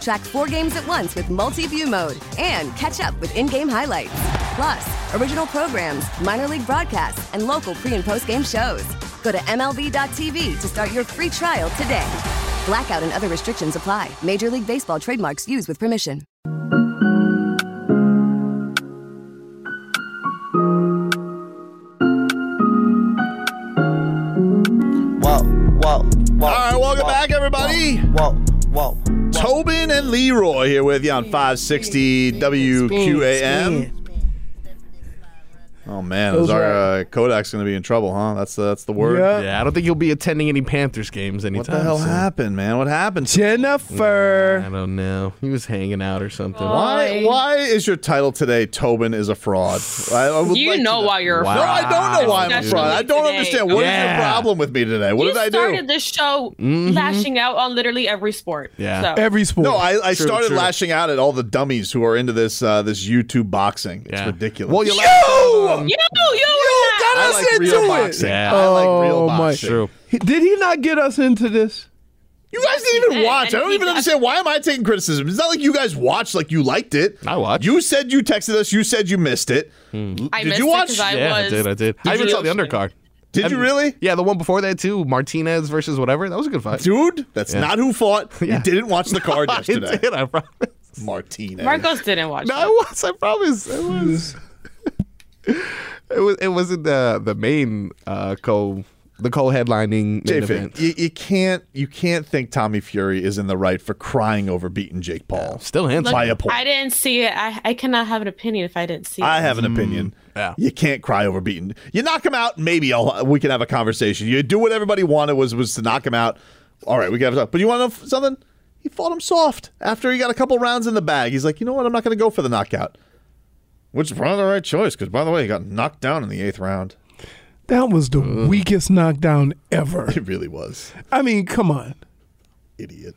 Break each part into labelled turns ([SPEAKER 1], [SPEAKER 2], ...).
[SPEAKER 1] Track four games at once with multi-view mode and catch up with in-game highlights. Plus, original programs, minor league broadcasts, and local pre- and post-game shows. Go to MLB.tv to start your free trial today. Blackout and other restrictions apply. Major League Baseball trademarks used with permission.
[SPEAKER 2] Whoa, whoa, whoa.
[SPEAKER 3] All right, welcome back, everybody.
[SPEAKER 2] Whoa, whoa. whoa.
[SPEAKER 3] Tobin and Leroy here with you on 560 WQAM. Oh man, is our uh, Kodak's going to be in trouble, huh? That's the, that's the word.
[SPEAKER 4] Yeah, I don't think you'll be attending any Panthers games anytime.
[SPEAKER 3] What the hell
[SPEAKER 4] soon.
[SPEAKER 3] happened, man? What happened?
[SPEAKER 2] Jennifer.
[SPEAKER 4] I don't know. He was hanging out or something.
[SPEAKER 3] Why why is your title today Tobin is a fraud? I, I would
[SPEAKER 5] You
[SPEAKER 3] like to
[SPEAKER 5] know why you're a
[SPEAKER 3] No,
[SPEAKER 5] fraud.
[SPEAKER 3] I don't know why I'm a
[SPEAKER 5] Especially
[SPEAKER 3] fraud. I don't
[SPEAKER 5] today.
[SPEAKER 3] understand. What is
[SPEAKER 4] Yeah.
[SPEAKER 3] your problem with me today? What
[SPEAKER 5] you
[SPEAKER 3] did I do?
[SPEAKER 5] started this show lashing out on literally every sport.
[SPEAKER 4] Mm-hmm. Yeah.
[SPEAKER 5] So.
[SPEAKER 2] Every sport.
[SPEAKER 3] No, I, I
[SPEAKER 4] True,
[SPEAKER 3] started
[SPEAKER 4] true.
[SPEAKER 3] lashing out at all the dummies who are into this uh, this YouTube boxing. It's
[SPEAKER 4] Yeah.
[SPEAKER 3] ridiculous.
[SPEAKER 4] Well, you
[SPEAKER 3] you
[SPEAKER 2] You!
[SPEAKER 5] you, you, were not.
[SPEAKER 2] got
[SPEAKER 3] I
[SPEAKER 2] us
[SPEAKER 3] like
[SPEAKER 2] into
[SPEAKER 3] real
[SPEAKER 2] it.
[SPEAKER 3] boxing.
[SPEAKER 4] Yeah.
[SPEAKER 3] I like real
[SPEAKER 2] Oh, my-
[SPEAKER 3] boxing.
[SPEAKER 4] True.
[SPEAKER 2] He- Did he not get us into this?
[SPEAKER 3] You guys didn't even
[SPEAKER 5] Yeah,
[SPEAKER 3] watch. I
[SPEAKER 5] and
[SPEAKER 3] don't
[SPEAKER 5] he
[SPEAKER 3] even
[SPEAKER 5] does-
[SPEAKER 3] understand why am I taking criticism. It's not like you guys watched like you liked it.
[SPEAKER 4] I watched.
[SPEAKER 3] You said you texted us. You said you missed it.
[SPEAKER 5] I
[SPEAKER 3] did
[SPEAKER 5] missed
[SPEAKER 3] you
[SPEAKER 5] it
[SPEAKER 3] watch?
[SPEAKER 5] 'cause I
[SPEAKER 4] yeah, I
[SPEAKER 5] was-
[SPEAKER 4] did. I did. I even
[SPEAKER 5] you-
[SPEAKER 4] saw the undercard.
[SPEAKER 3] Did you really?
[SPEAKER 4] Yeah, the one before that too. Martinez versus whatever. That was a good fight.
[SPEAKER 3] Dude, that's
[SPEAKER 4] Yeah.
[SPEAKER 3] not who fought.
[SPEAKER 4] Yeah.
[SPEAKER 3] You didn't watch the card
[SPEAKER 4] I
[SPEAKER 3] yesterday.
[SPEAKER 4] did. I promise.
[SPEAKER 3] Martinez.
[SPEAKER 5] Marcos didn't watch.
[SPEAKER 4] No, I
[SPEAKER 5] it.
[SPEAKER 4] was. I promise. I was. it was. It wasn't the the main uh, co the co headlining main
[SPEAKER 3] J-Fin,
[SPEAKER 4] event.
[SPEAKER 3] you, you can't you can't think Tommy Fury is in the right for crying over beating Jake Paul.
[SPEAKER 4] Still handsome.
[SPEAKER 3] by a point.
[SPEAKER 5] I didn't see it. I, I cannot have an opinion if I didn't see it.
[SPEAKER 3] I have an
[SPEAKER 2] Mm-hmm.
[SPEAKER 3] opinion.
[SPEAKER 4] yeah.
[SPEAKER 3] You can't cry over beaten. You knock him out, maybe I'll, we can have a conversation. You do what everybody wanted was was to knock him out. All right, we got to talk. But you want to know f- something? He fought him soft after he got a couple rounds in the bag. He's like, you know what? I'm not going to go for the knockout. Which is probably the right choice because, by the way, he got knocked down in the eighth round.
[SPEAKER 2] That was the weakest knockdown ever.
[SPEAKER 3] It really was
[SPEAKER 2] I mean, come on.
[SPEAKER 3] idiot.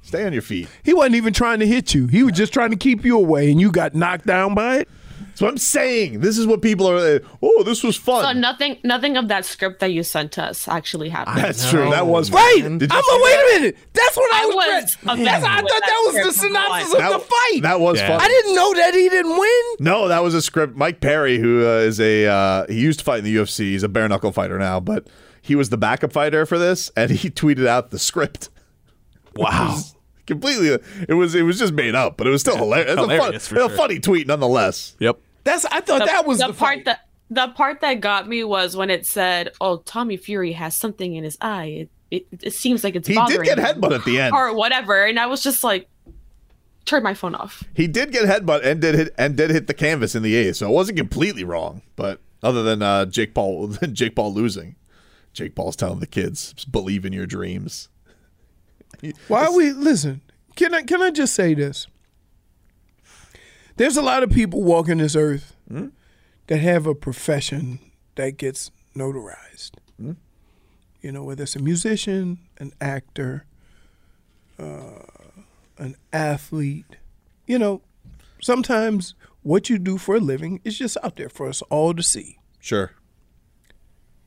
[SPEAKER 3] Stay on your feet.
[SPEAKER 2] He wasn't even trying to hit you. He was just trying to keep you away, and you got knocked down by it.
[SPEAKER 3] That's what I'm saying. This is what people are. Like, oh, this was
[SPEAKER 5] So
[SPEAKER 3] fun.
[SPEAKER 5] nothing, nothing of that script that you sent us actually happened.
[SPEAKER 3] That's true. That was fun.
[SPEAKER 2] Right. I'm
[SPEAKER 3] Did
[SPEAKER 2] a,
[SPEAKER 3] you see
[SPEAKER 2] wait
[SPEAKER 3] that?
[SPEAKER 2] a minute. That's what I,
[SPEAKER 5] I
[SPEAKER 2] was.
[SPEAKER 5] was
[SPEAKER 2] read. That's how I
[SPEAKER 5] amazed
[SPEAKER 2] thought that
[SPEAKER 5] when that
[SPEAKER 2] was the
[SPEAKER 5] script
[SPEAKER 2] synopsis
[SPEAKER 5] was.
[SPEAKER 2] of the fight.
[SPEAKER 3] That was
[SPEAKER 4] Yeah.
[SPEAKER 3] fun.
[SPEAKER 2] I didn't know that he didn't win.
[SPEAKER 3] No, that was a script. Mike Perry, who uh, is a uh, he used to fight in the UFC. He's a bare knuckle fighter now, but he was the backup fighter for this, and he tweeted out the script. Wow. Completely, it was it was just made up, but it was still hilarious. It's
[SPEAKER 4] hilarious
[SPEAKER 3] a,
[SPEAKER 4] for
[SPEAKER 3] fun, it's a
[SPEAKER 4] sure.
[SPEAKER 3] funny tweet nonetheless.
[SPEAKER 4] Yep.
[SPEAKER 2] That's I thought that was the,
[SPEAKER 5] part
[SPEAKER 2] fight.
[SPEAKER 5] that the part that got me was when it said, "Oh, Tommy Fury has something in his eye. It, it, it seems like it's
[SPEAKER 3] He
[SPEAKER 5] bothering
[SPEAKER 3] did get
[SPEAKER 5] him,"
[SPEAKER 3] headbutt at the end.
[SPEAKER 5] or whatever," and I was just like, "Turn my phone off."
[SPEAKER 3] He did get headbutt and did hit and did hit the canvas in the eighth, so it wasn't completely wrong. But other than uh, Jake Paul, Jake Paul losing, Jake Paul's telling the kids, "Believe in your dreams."
[SPEAKER 2] Why are we listen? Can I can I just say this? There's a lot of people walking this earth that have a profession that gets notarized. You know, whether it's a musician, an actor, uh, an athlete. You know, sometimes what you do for a living is just out there for us all to see.
[SPEAKER 3] Sure,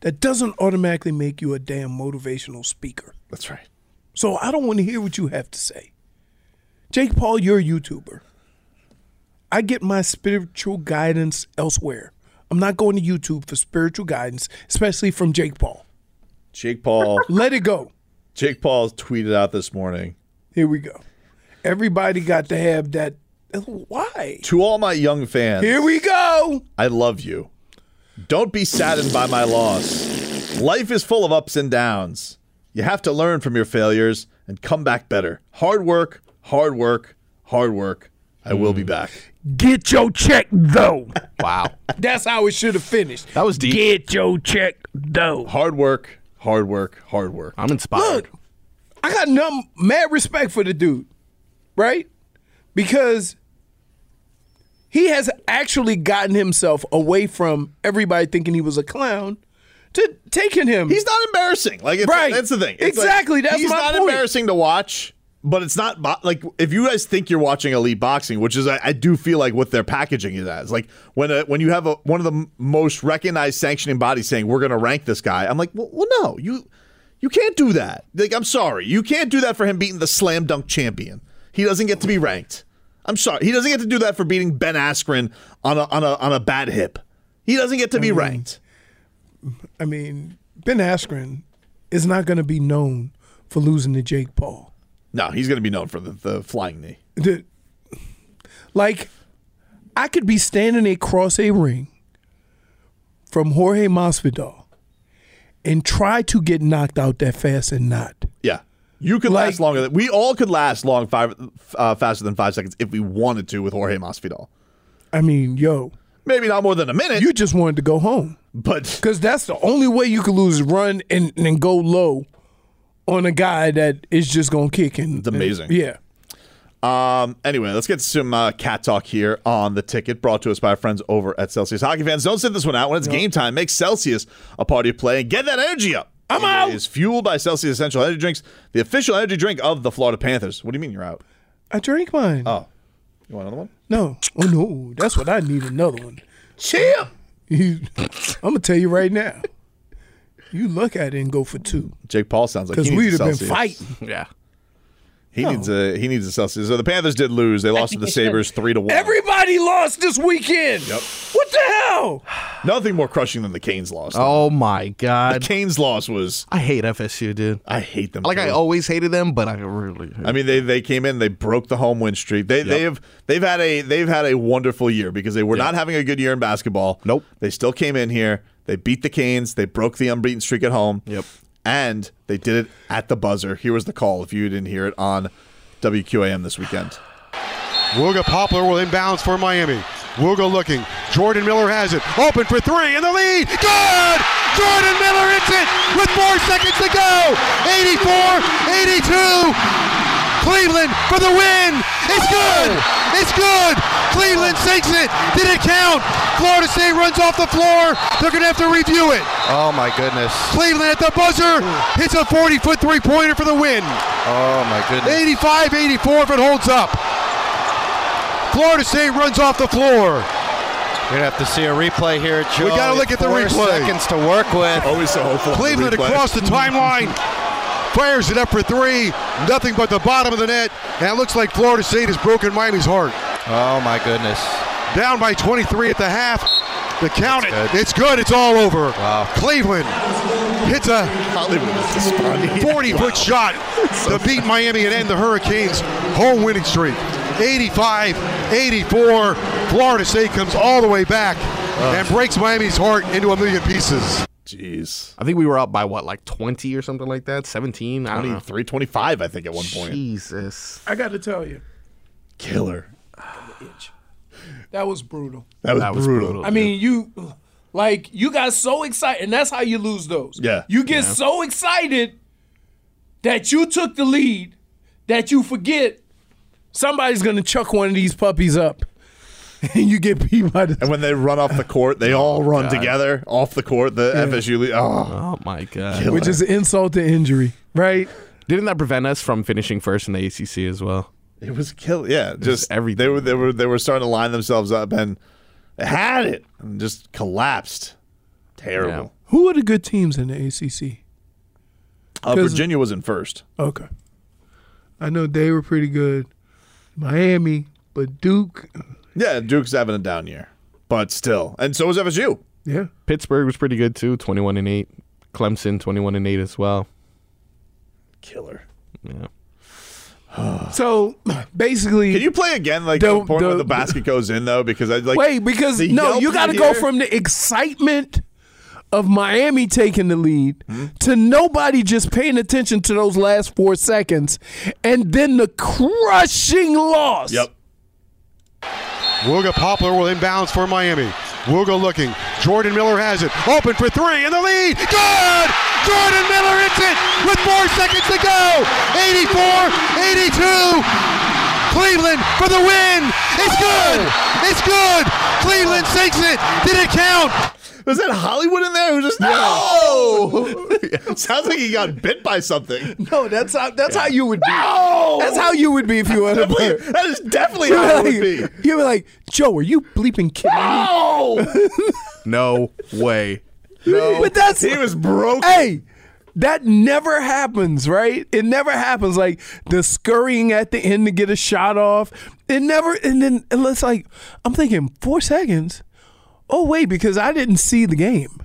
[SPEAKER 2] That doesn't automatically make you a damn motivational speaker.
[SPEAKER 3] that's right.
[SPEAKER 2] So I don't want to hear what you have to say. Jake Paul, you're a YouTuber. I get my spiritual guidance elsewhere. I'm not going to YouTube for spiritual guidance, especially from Jake Paul.
[SPEAKER 3] Jake Paul.
[SPEAKER 2] Let it go.
[SPEAKER 3] Jake Paul tweeted out this morning
[SPEAKER 2] Here we go. Everybody got to have that. Why?
[SPEAKER 3] to all my young fans.
[SPEAKER 2] Here we go.
[SPEAKER 3] I love you. Don't be saddened by my loss. Life is full of ups and downs. You have to learn from your failures and come back better. Hard work, hard work, hard work, I will be back.
[SPEAKER 2] Get your check though.
[SPEAKER 4] Wow.
[SPEAKER 2] That's how it should have finished.
[SPEAKER 4] That was deep.
[SPEAKER 2] Get your check though.
[SPEAKER 3] Hard work, hard work, hard work.
[SPEAKER 4] I'm inspired.
[SPEAKER 2] Look, I got numb, mad respect for the dude, right? Because he has actually gotten himself away from everybody thinking he was a clown to taking him.
[SPEAKER 3] He's not embarrassing. Like it's,
[SPEAKER 2] Right.
[SPEAKER 3] that's the thing. It's like,
[SPEAKER 2] Exactly, that's
[SPEAKER 3] he's
[SPEAKER 2] my
[SPEAKER 3] not
[SPEAKER 2] point.
[SPEAKER 3] embarrassing to watch, but it's not bo- like if you guys think you're watching elite boxing, which is I, I do feel like what their packaging is as. Like when a, when you have a, one of the m- most recognized sanctioning bodies saying we're going to rank this guy, I'm like, well, well, no, you you can't do that. Like I'm sorry, you can't do that for him beating the slam dunk champion. He doesn't get to be ranked. I'm sorry, he doesn't get to do that for beating Ben Askren on a on a on a bad hip. He doesn't get to
[SPEAKER 2] Mm-hmm.
[SPEAKER 3] be ranked.
[SPEAKER 2] I mean, Ben Askren is not going to be known for losing to Jake Paul.
[SPEAKER 3] No, he's going to be known for the, the flying knee.
[SPEAKER 2] The- like, I could be standing across a ring from Jorge Masvidal and try to get knocked out that fast and not.
[SPEAKER 3] Yeah. You could
[SPEAKER 2] Like-
[SPEAKER 3] last longer than we all could last long five uh, faster than five seconds if we wanted to with Jorge Masvidal.
[SPEAKER 2] I mean, yo,
[SPEAKER 3] Maybe not more than a minute,
[SPEAKER 2] you just wanted to go home
[SPEAKER 3] but
[SPEAKER 2] because that's the only way you could lose is run and, and go low on a guy that is just going to kick. And,
[SPEAKER 3] It's amazing.
[SPEAKER 2] yeah.
[SPEAKER 3] um, anyway, let's get some uh, cat talk here on the ticket brought to us by our friends over at Celsius Hockey fans. Don't sit this one out when it's game time. Make Celsius a party of play and get that energy up. I'm
[SPEAKER 2] out.
[SPEAKER 3] It is fueled by Celsius Essential Energy Drinks, the official energy drink of the Florida Panthers. What do you mean you're out?
[SPEAKER 2] I drank mine.
[SPEAKER 3] Oh, you want another one?
[SPEAKER 2] No. Oh, no. That's what I need another one.
[SPEAKER 3] Champ.
[SPEAKER 2] You, I'm gonna tell you right now. You look at it and go for two
[SPEAKER 3] Jake Paul sounds like
[SPEAKER 2] because
[SPEAKER 3] he needs
[SPEAKER 2] we'd
[SPEAKER 3] a
[SPEAKER 2] have been
[SPEAKER 3] Celsius.
[SPEAKER 2] fighting.
[SPEAKER 4] yeah.
[SPEAKER 3] He needs a he needs a Celsius. So the Panthers did lose. They lost to the Sabers three to one.
[SPEAKER 2] Everybody lost this weekend.
[SPEAKER 3] Yep.
[SPEAKER 2] What the hell?
[SPEAKER 3] Nothing more crushing than the Canes loss.
[SPEAKER 4] Oh my
[SPEAKER 3] the
[SPEAKER 4] god.
[SPEAKER 3] Canes loss was
[SPEAKER 4] I hate FSU, dude.
[SPEAKER 3] I hate them.
[SPEAKER 4] Like I
[SPEAKER 3] too.
[SPEAKER 4] always hated them, but I really. Hate
[SPEAKER 3] I mean they they came in, they broke the home win streak. They they have they've had a they've had a wonderful year because they were not having a good year in basketball.
[SPEAKER 4] Nope.
[SPEAKER 3] They still came in here. They beat the Canes. They broke the unbeaten streak at home.
[SPEAKER 4] Yep.
[SPEAKER 3] And they did it at the buzzer. Here was the call if you didn't hear it on WQAM this weekend.
[SPEAKER 6] Wooga Poplar will inbounds for Miami. Wooga looking. Jordan Miller has it. Open for three in the lead. Good! Jordan Miller hits it with four seconds to go. 84 82. Cleveland for the win. It's good. It's good. Cleveland sinks it. Did it count? Florida State runs off the floor. They're going to have to review it.
[SPEAKER 4] oh my goodness.
[SPEAKER 6] Cleveland at the buzzer hits a 40 foot three pointer for the win.
[SPEAKER 4] Oh my goodness.
[SPEAKER 6] 85 84 if it holds up. Florida State runs off the floor.
[SPEAKER 4] We're gonna have to see a replay here, Joe.
[SPEAKER 6] We gotta look at the
[SPEAKER 4] Four
[SPEAKER 6] replay.
[SPEAKER 4] Seconds to work with.
[SPEAKER 3] Always so hopeful. on the
[SPEAKER 6] Cleveland
[SPEAKER 3] replay.
[SPEAKER 6] across the timeline. Fires it up for three. Nothing but the bottom of the net. And it looks like Florida State has broken Miami's heart.
[SPEAKER 4] Oh my goodness.
[SPEAKER 6] Down by 23 at the half. The count it.
[SPEAKER 4] That's good.
[SPEAKER 6] It's good. It's all over. Cleveland hits a
[SPEAKER 3] Hollywood is despondent.
[SPEAKER 6] 40 foot shot to beat Miami and end the Hurricanes' home winning streak. 85 84. Florida State comes all the way back and breaks Miami's heart into a million pieces.
[SPEAKER 3] Jeez.
[SPEAKER 4] I think we were up by what, like twenty or something like that, seventeen. I don't know.
[SPEAKER 3] 23, 25, I think, at one point.
[SPEAKER 4] Jesus.
[SPEAKER 2] I got to tell you,
[SPEAKER 3] Killer.
[SPEAKER 2] that was brutal.
[SPEAKER 3] That was,
[SPEAKER 4] That was
[SPEAKER 3] brutal.
[SPEAKER 4] brutal.
[SPEAKER 2] I mean, you like you got so excited, and that's how you lose those.
[SPEAKER 3] Yeah.
[SPEAKER 2] You get so excited that you took the lead that you forget somebody's gonna chuck one of these puppies up, and you get beat by the.
[SPEAKER 3] And when they run off the court, they all run together off the court. The FSU. le- Oh,
[SPEAKER 4] Oh my god.
[SPEAKER 2] Which is insult to injury, right?
[SPEAKER 4] Didn't that prevent us from finishing first in the ACC as well?
[SPEAKER 3] it was kill. Yeah, just
[SPEAKER 4] everything.
[SPEAKER 3] They were they were they were starting to line themselves up and they had it and just collapsed. Terrible.
[SPEAKER 2] Who are the good teams in the ACC?
[SPEAKER 3] Uh,
[SPEAKER 2] 'Cause-
[SPEAKER 3] Virginia was in first.
[SPEAKER 2] Okay. I know they were pretty good. Miami, but Duke,
[SPEAKER 3] Yeah, Duke's having a down year, but still, and so was FSU.
[SPEAKER 2] yeah.
[SPEAKER 4] Pittsburgh was pretty good too, twenty-one and eight. Clemson, twenty-one and eight as well.
[SPEAKER 3] Killer.
[SPEAKER 4] Yeah.
[SPEAKER 2] So basically,
[SPEAKER 3] Can you play again? Like
[SPEAKER 2] The-
[SPEAKER 3] the, point where
[SPEAKER 2] the-
[SPEAKER 3] the basket goes in though, because I like
[SPEAKER 2] wait because
[SPEAKER 3] the
[SPEAKER 2] no,
[SPEAKER 3] yelp
[SPEAKER 2] you got to
[SPEAKER 3] you
[SPEAKER 2] go
[SPEAKER 3] hear-
[SPEAKER 2] from the excitement of Miami taking the lead
[SPEAKER 4] Hmm?
[SPEAKER 2] to nobody just paying attention to those last four seconds, and then the crushing loss
[SPEAKER 3] Yep.
[SPEAKER 6] Wilga Poplar will inbounds for Miami. Wilga looking. Jordan Miller has it. Open for three in the lead. Good! Jordan Miller hits it with four seconds to go. 84 82. Cleveland for the win. It's good. It's good. Cleveland sinks it. Did it count?
[SPEAKER 3] Was that Hollywood in there? Who just no? Sounds like he got bit by something.
[SPEAKER 2] No, that's how that's how you would be.
[SPEAKER 3] No!
[SPEAKER 2] That's how you would be if you were a player.
[SPEAKER 3] That is definitely how it would be.
[SPEAKER 2] like, you were like, Joe, are you bleeping kidding me?
[SPEAKER 3] Oh,
[SPEAKER 4] No way. No.
[SPEAKER 2] But that's
[SPEAKER 3] he was broken.
[SPEAKER 2] Hey, that never happens, right? It never happens. Like the scurrying at the end to get a shot off. It never. And then and it's like I'm thinking four seconds. Oh wait, because I didn't see the game.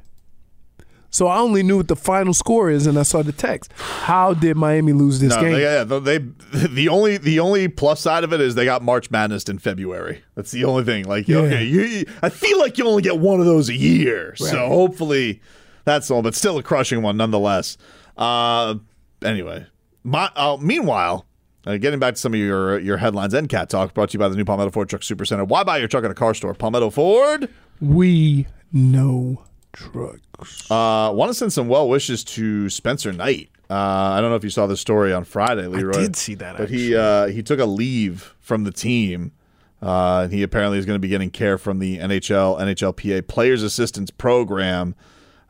[SPEAKER 2] So I only knew what the final score is, and I saw the text. How did Miami lose this
[SPEAKER 3] No,
[SPEAKER 2] game?
[SPEAKER 3] they, yeah, they the only the only plus side of it is they got March Madness in February. That's the only thing. Like
[SPEAKER 2] Yeah.
[SPEAKER 3] okay, you, you- I feel like you only get one of those a year, so hopefully that's all. But still a crushing one nonetheless. Uh, anyway, my, uh, meanwhile. Uh, getting back to some of your your headlines and cat talk, brought to you by the new Palmetto Ford Truck Supercenter. Why buy your truck at a car store? Palmetto Ford.
[SPEAKER 2] We know trucks.
[SPEAKER 3] Uh, want to send some well wishes to Spencer Knight. Uh, I don't know if you saw the story on Friday, Leroy.
[SPEAKER 2] did see that,
[SPEAKER 3] But he uh, he took a leave from the team, uh, and he apparently is going to be getting care from the NHL NHLPA Players Assistance Program.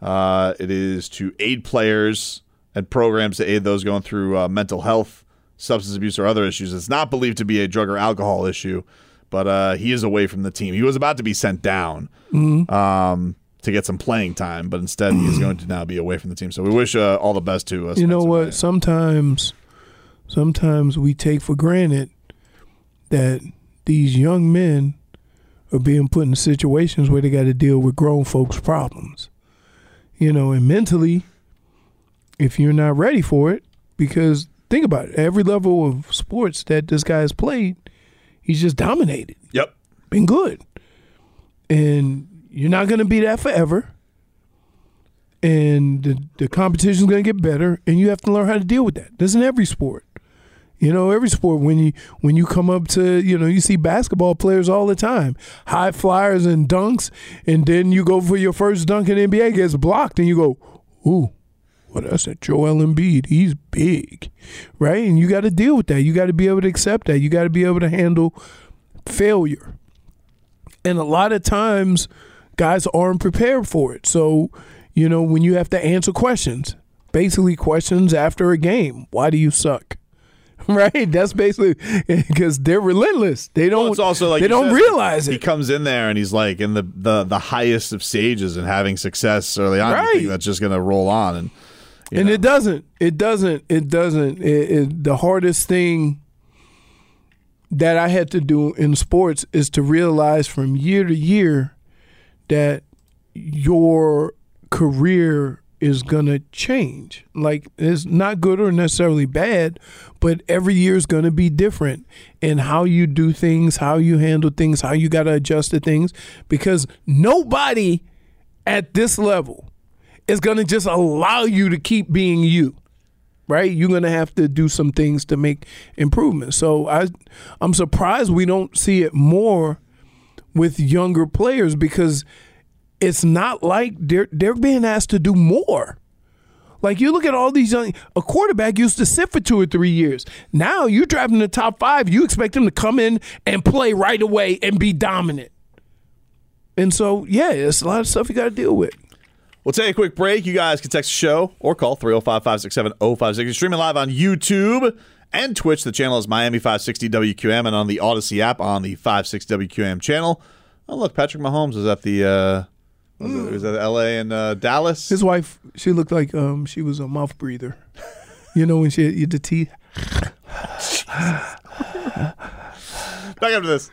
[SPEAKER 3] Uh, it is to aid players and programs to aid those going through uh, mental health, substance abuse, or other issues. It's not believed to be a drug or alcohol issue, but uh, he is away from the team. He was about to be sent down
[SPEAKER 2] Mm-hmm.
[SPEAKER 3] um, to get some playing time, but instead he's going to now be away from the team. So we wish uh, all the best to us.
[SPEAKER 2] you know what? Sometimes, sometimes we take for granted that these young men are being put in situations where they got to deal with grown folks' problems. You know, and mentally, if you're not ready for it, because think about it, every level of sports that this guy has played, he's just dominated.
[SPEAKER 3] Yep.
[SPEAKER 2] been good. And you're not going to be that forever. And the, the competition's going to get better, and you have to learn how to deal with that. That's in every sport. You know, every sport when you when you come up to you know you see basketball players all the time, high flyers and dunks, and then you go for your first dunk in the NBA gets blocked, and you go, ooh, well that's a Joel Embiid, he's big, right? And you got to deal with that. You got to be able to accept that. You got to be able to handle failure. And a lot of times, guys aren't prepared for it. So, you know, when you have to answer questions, basically questions after a game, why do you suck? Right? That's basically because they're relentless. They don't.
[SPEAKER 3] Well, it's also like
[SPEAKER 2] they
[SPEAKER 3] you
[SPEAKER 2] don't
[SPEAKER 3] said,
[SPEAKER 2] realize
[SPEAKER 3] He
[SPEAKER 2] it.
[SPEAKER 3] comes in there and he's like in the the, the highest of stages and having success early on. You think
[SPEAKER 2] Right.
[SPEAKER 3] that's just going to roll on and
[SPEAKER 2] and it doesn't it doesn't it doesn't it, it, the hardest thing that i had to do in sports is to realize from year to year that your career is going to change like it's not good or necessarily bad but every year is going to be different in how you do things how you handle things how you got to adjust to things because nobody at this level is going to just allow you to keep being you right you're going to have to do some things to make improvements so i i'm surprised we don't see it more with younger players because it's not like they're they're being asked to do more like you look at all these young a quarterback used to sit for two or three years now you're driving the top five you expect them to come in and play right away and be dominant and so yeah it's a lot of stuff you got to deal with
[SPEAKER 3] We'll take a quick break. You guys can text the show or call 305 567 0560. Streaming oh. live on YouTube and Twitch. The channel is Miami 560 WQM and on the Odyssey app on the 56 WQM channel. Oh, look, Patrick Mahomes is at the. Uh, was it, was it LA and uh, Dallas?
[SPEAKER 2] Hmm. His wife, she looked like um, she was a mouth breather. You know when she had the teeth.
[SPEAKER 3] Back after this.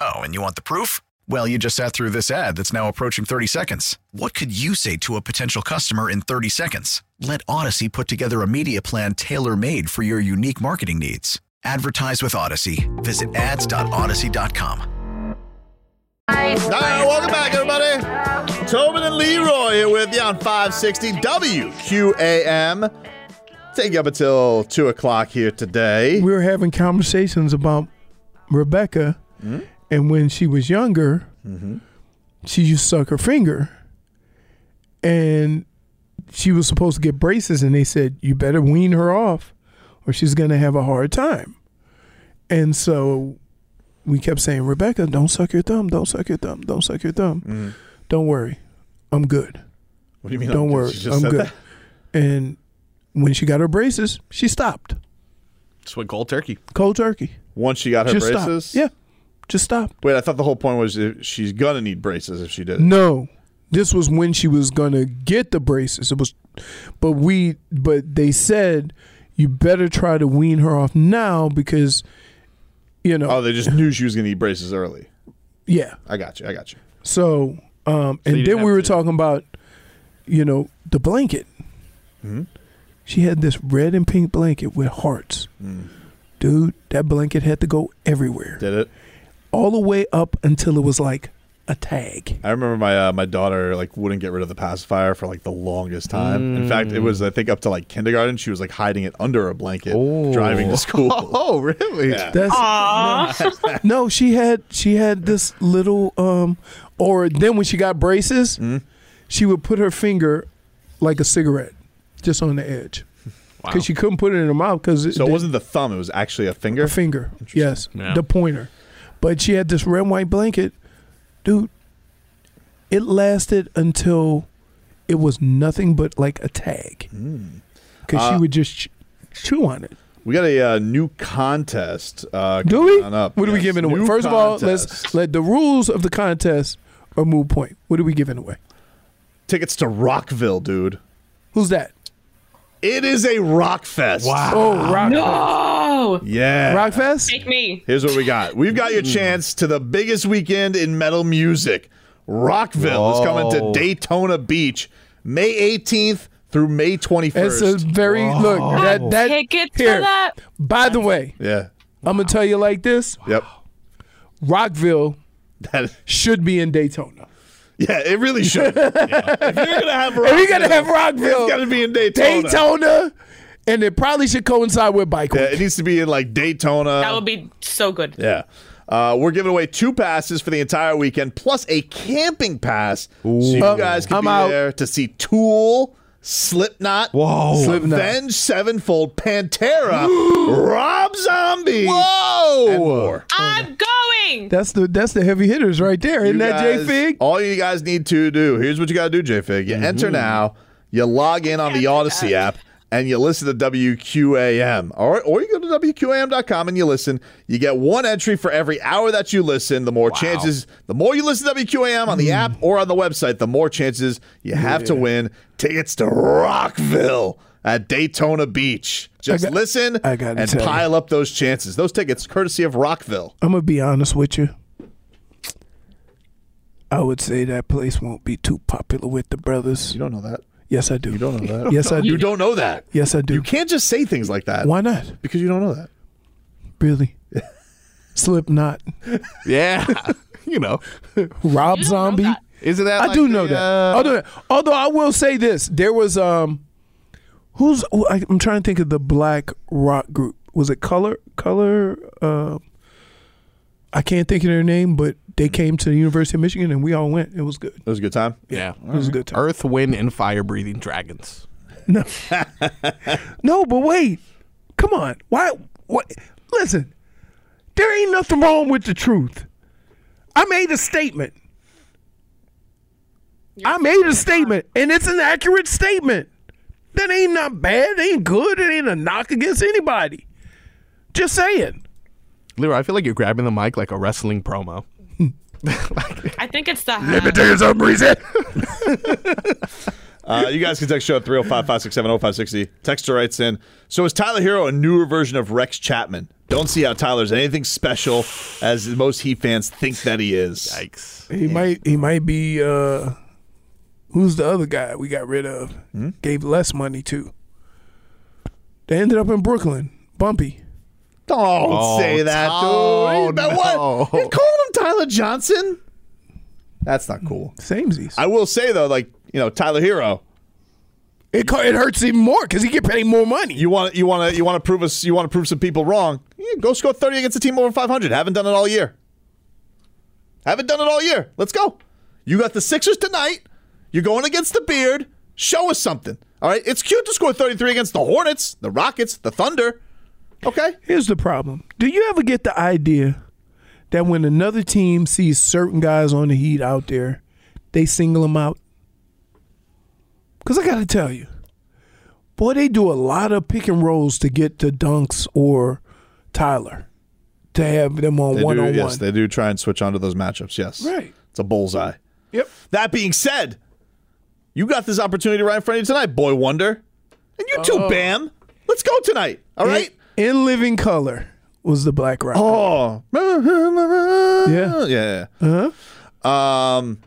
[SPEAKER 7] Oh, and you want the proof? Well, you just sat through this ad that's now approaching 30 seconds. What could you say to a potential customer in 30 seconds? Let Odyssey put together a media plan tailor made for your unique marketing needs. Advertise with Odyssey. Visit ads.odyssey.com.
[SPEAKER 3] Ah, welcome back, everybody. Tobin and Leroy here with you on 560 WQAM. Take you up until 2 o'clock here today.
[SPEAKER 2] We were having conversations about Rebecca, and when she was younger, she used to suck her finger, and she was supposed to get braces, and they said you better wean her off, or she's gonna have a hard time. And so we kept saying, Rebecca, don't suck your thumb, don't suck your thumb, don't suck your thumb. Don't worry, I'm good.
[SPEAKER 3] What do you mean,
[SPEAKER 2] Don't
[SPEAKER 3] I'm good?
[SPEAKER 2] worry,
[SPEAKER 3] She just
[SPEAKER 2] I'm
[SPEAKER 3] said
[SPEAKER 2] good.
[SPEAKER 3] that?
[SPEAKER 2] And when she got her braces, she stopped
[SPEAKER 4] Just went cold turkey.
[SPEAKER 2] cold turkey.
[SPEAKER 3] Once she got her
[SPEAKER 2] Just stop.
[SPEAKER 3] braces?
[SPEAKER 2] Yeah, just stop.
[SPEAKER 3] Wait, I thought the whole point was if she's going to need braces if she did. it.
[SPEAKER 2] No, this was when she was gonna get the braces. It was, but we, but they said you better try to wean her off now because, you know,
[SPEAKER 3] Oh, they just knew she was going to need braces early.
[SPEAKER 2] yeah.
[SPEAKER 3] I got you. I got you.
[SPEAKER 2] So,
[SPEAKER 3] you
[SPEAKER 2] um, and
[SPEAKER 3] didn't
[SPEAKER 2] then we
[SPEAKER 3] have
[SPEAKER 2] were
[SPEAKER 3] to-
[SPEAKER 2] talking about, you know, the blanket.
[SPEAKER 3] Mm-hmm.
[SPEAKER 2] She had this red and pink blanket with hearts.
[SPEAKER 3] Mm.
[SPEAKER 2] Dude, that blanket had to go everywhere.
[SPEAKER 3] Did it?
[SPEAKER 2] All the way up until it was like a tag.
[SPEAKER 3] I remember my uh, my daughter like wouldn't get rid of the pacifier for like the longest time. In fact, it was
[SPEAKER 2] Mm.
[SPEAKER 3] I think up to like kindergarten she was like hiding it under a blanket driving to school.
[SPEAKER 4] Oh, really?
[SPEAKER 2] That's no, she had she had this little um or then when she got braces,
[SPEAKER 3] Mm.
[SPEAKER 2] she would put her finger like a cigarette just on the edge. Cuz she couldn't put it in her mouth cuz
[SPEAKER 3] So it wasn't the thumb; it was actually a finger.
[SPEAKER 2] a finger. Yes,
[SPEAKER 3] Yeah.
[SPEAKER 2] the pointer. But she had this red and white blanket. Dude, it lasted until it was nothing but like a tag. Cuz she would just ch- chew on it.
[SPEAKER 3] We got a uh, new contest. Uh,
[SPEAKER 2] Do we?
[SPEAKER 3] coming Up.
[SPEAKER 2] What are we
[SPEAKER 3] Yes,
[SPEAKER 2] giving away?
[SPEAKER 3] new
[SPEAKER 2] First of all,
[SPEAKER 3] contest.
[SPEAKER 2] let's let the rules of the contest are moot point. What are we giving away?
[SPEAKER 3] tickets to Rockville, dude.
[SPEAKER 2] Who's that?
[SPEAKER 3] It is a rock fest.
[SPEAKER 2] Oh, Rock
[SPEAKER 5] Oh,
[SPEAKER 3] Yeah.
[SPEAKER 2] Rockfest.
[SPEAKER 5] take me.
[SPEAKER 3] Here's what we got. We've got your chance to the biggest weekend in metal music. Rockville is coming to Daytona Beach May 18th through May 21st.
[SPEAKER 2] It's a very look that that
[SPEAKER 5] Tickets for
[SPEAKER 2] here.
[SPEAKER 5] that?
[SPEAKER 2] By the way,
[SPEAKER 3] yeah.
[SPEAKER 2] I'm gonna tell you like this:
[SPEAKER 3] Yep.
[SPEAKER 2] Rockville
[SPEAKER 3] That,
[SPEAKER 2] should be in Daytona.
[SPEAKER 3] yeah, it really should. If you're going to have
[SPEAKER 2] And
[SPEAKER 3] Rockville,
[SPEAKER 2] we gotta have Rockville,
[SPEAKER 3] it's got to be in Daytona.
[SPEAKER 2] Daytona, and it probably should coincide with Bike
[SPEAKER 3] Yeah,
[SPEAKER 2] Week.
[SPEAKER 3] it needs to be in like Daytona.
[SPEAKER 5] That would be so good.
[SPEAKER 3] Yeah. Uh, we're giving away two passes for the entire weekend, plus a camping pass, so you
[SPEAKER 2] Uh,
[SPEAKER 3] guys can
[SPEAKER 2] I'm
[SPEAKER 3] be
[SPEAKER 2] out.
[SPEAKER 3] there to see Tool, Slipknot,
[SPEAKER 2] Whoa. Slipknot.
[SPEAKER 3] Avenged Sevenfold, Pantera, Rob Zombie, Whoa, and more.
[SPEAKER 5] I'm going.
[SPEAKER 2] That's the that's the heavy hitters right there, isn't
[SPEAKER 3] You
[SPEAKER 2] that J
[SPEAKER 3] guys-
[SPEAKER 2] Fig? Mm-hmm.
[SPEAKER 3] All you guys need to do here's what you got to do, J Fig. You enter now, you log in on the Odyssey app, and you listen to WQAM. Or, or you go to WQAM.com and you listen. You get one entry for every hour that you listen. The more chances, the more you listen to WQAM on the
[SPEAKER 2] Mm.
[SPEAKER 3] app or on the website, the more chances you have to win tickets to Rockville at Daytona Beach. Just
[SPEAKER 2] got-
[SPEAKER 3] listen
[SPEAKER 2] I gotta
[SPEAKER 3] and
[SPEAKER 2] tell you.
[SPEAKER 3] pile up those chances. Those tickets, courtesy of Rockville.
[SPEAKER 2] I'm gonna be honest with you. I would say that place won't be too popular with the brothers.
[SPEAKER 3] You don't know that.
[SPEAKER 2] Yes, I do.
[SPEAKER 3] You don't know that.
[SPEAKER 2] Yes, I
[SPEAKER 3] You
[SPEAKER 2] do.
[SPEAKER 3] don't know that.
[SPEAKER 2] Yes, I do.
[SPEAKER 3] You can't just say things like that.
[SPEAKER 2] Why not?
[SPEAKER 3] Because you don't know that.
[SPEAKER 2] Really? Slipknot,
[SPEAKER 4] Yeah. you know.
[SPEAKER 2] Rob Zombie.
[SPEAKER 4] Isn't that?
[SPEAKER 2] I
[SPEAKER 4] like
[SPEAKER 2] do
[SPEAKER 4] the,
[SPEAKER 2] know that.
[SPEAKER 4] uh,
[SPEAKER 2] although, although I will say this, there was um, who's who- I- I'm trying to think of the black rock group. Was it Color? Color? Uh, I can't think of their name, but They came to the University of Michigan and we all went. It was good.
[SPEAKER 3] It was a good time.
[SPEAKER 4] Yeah,
[SPEAKER 2] it was a good time.
[SPEAKER 4] Earth, wind, and fire breathing dragons.
[SPEAKER 2] No, no, but wait, come on. Why? What? Listen, there ain't nothing wrong with the truth. I made a statement. I made a statement, and it's an accurate statement. That ain't not bad. It ain't good. It ain't a knock against anybody. Just saying.
[SPEAKER 4] Leroy, I feel like you're grabbing the mic like a wrestling promo.
[SPEAKER 5] I think it's the
[SPEAKER 4] Let me tell you something, Reset.
[SPEAKER 3] Uh, you guys can text show at 305 567 0560. Texter writes in So is Tyler Hero a newer version of Rex Chapman? Don't see how Tyler's anything special as most Heat fans think that he is. Yikes.
[SPEAKER 2] He might. He might be. uh Who's the other guy we got rid of?
[SPEAKER 3] Hmm?
[SPEAKER 2] Gave less money to. They ended up in Brooklyn. Bumpy.
[SPEAKER 3] Don't say that, dude. But what? You called him Tyler Johnson? That's not cool.
[SPEAKER 2] Samesies.
[SPEAKER 3] I will say, though, like, you know, Tyler Hero.
[SPEAKER 2] It, Oh, it hurts even more because he get paid more money.
[SPEAKER 3] You want you want to you want to prove us you want to prove some people wrong. Yeah, go score thirty against a team over five hundred. Haven't done it all year. Haven't done it all year. Let's go. You got the Sixers tonight. You're going against the Beard. Show us something. All right. It's cute to score thirty three against the Hornets, the Rockets, the Thunder. Okay.
[SPEAKER 2] Here's the problem. Do you ever get the idea that when another team sees certain guys on the Heat out there, they single them out? Because I got to tell you, boy, they do a lot of pick and rolls to get to Dunks or Tyler to have them on
[SPEAKER 3] They
[SPEAKER 2] one
[SPEAKER 3] do,
[SPEAKER 2] on
[SPEAKER 3] yes,
[SPEAKER 2] one.
[SPEAKER 3] they do try and switch onto those matchups. Yes,
[SPEAKER 2] Right.
[SPEAKER 3] It's a bullseye.
[SPEAKER 2] Yep.
[SPEAKER 3] That being said, you got this opportunity right in front of you tonight, boy wonder, and you too, Bam. Let's go tonight. All right.
[SPEAKER 2] In Living Color was the Black Rock.
[SPEAKER 3] Oh,
[SPEAKER 2] Yeah.
[SPEAKER 3] yeah, Oh. yeah. Uh-huh. Um,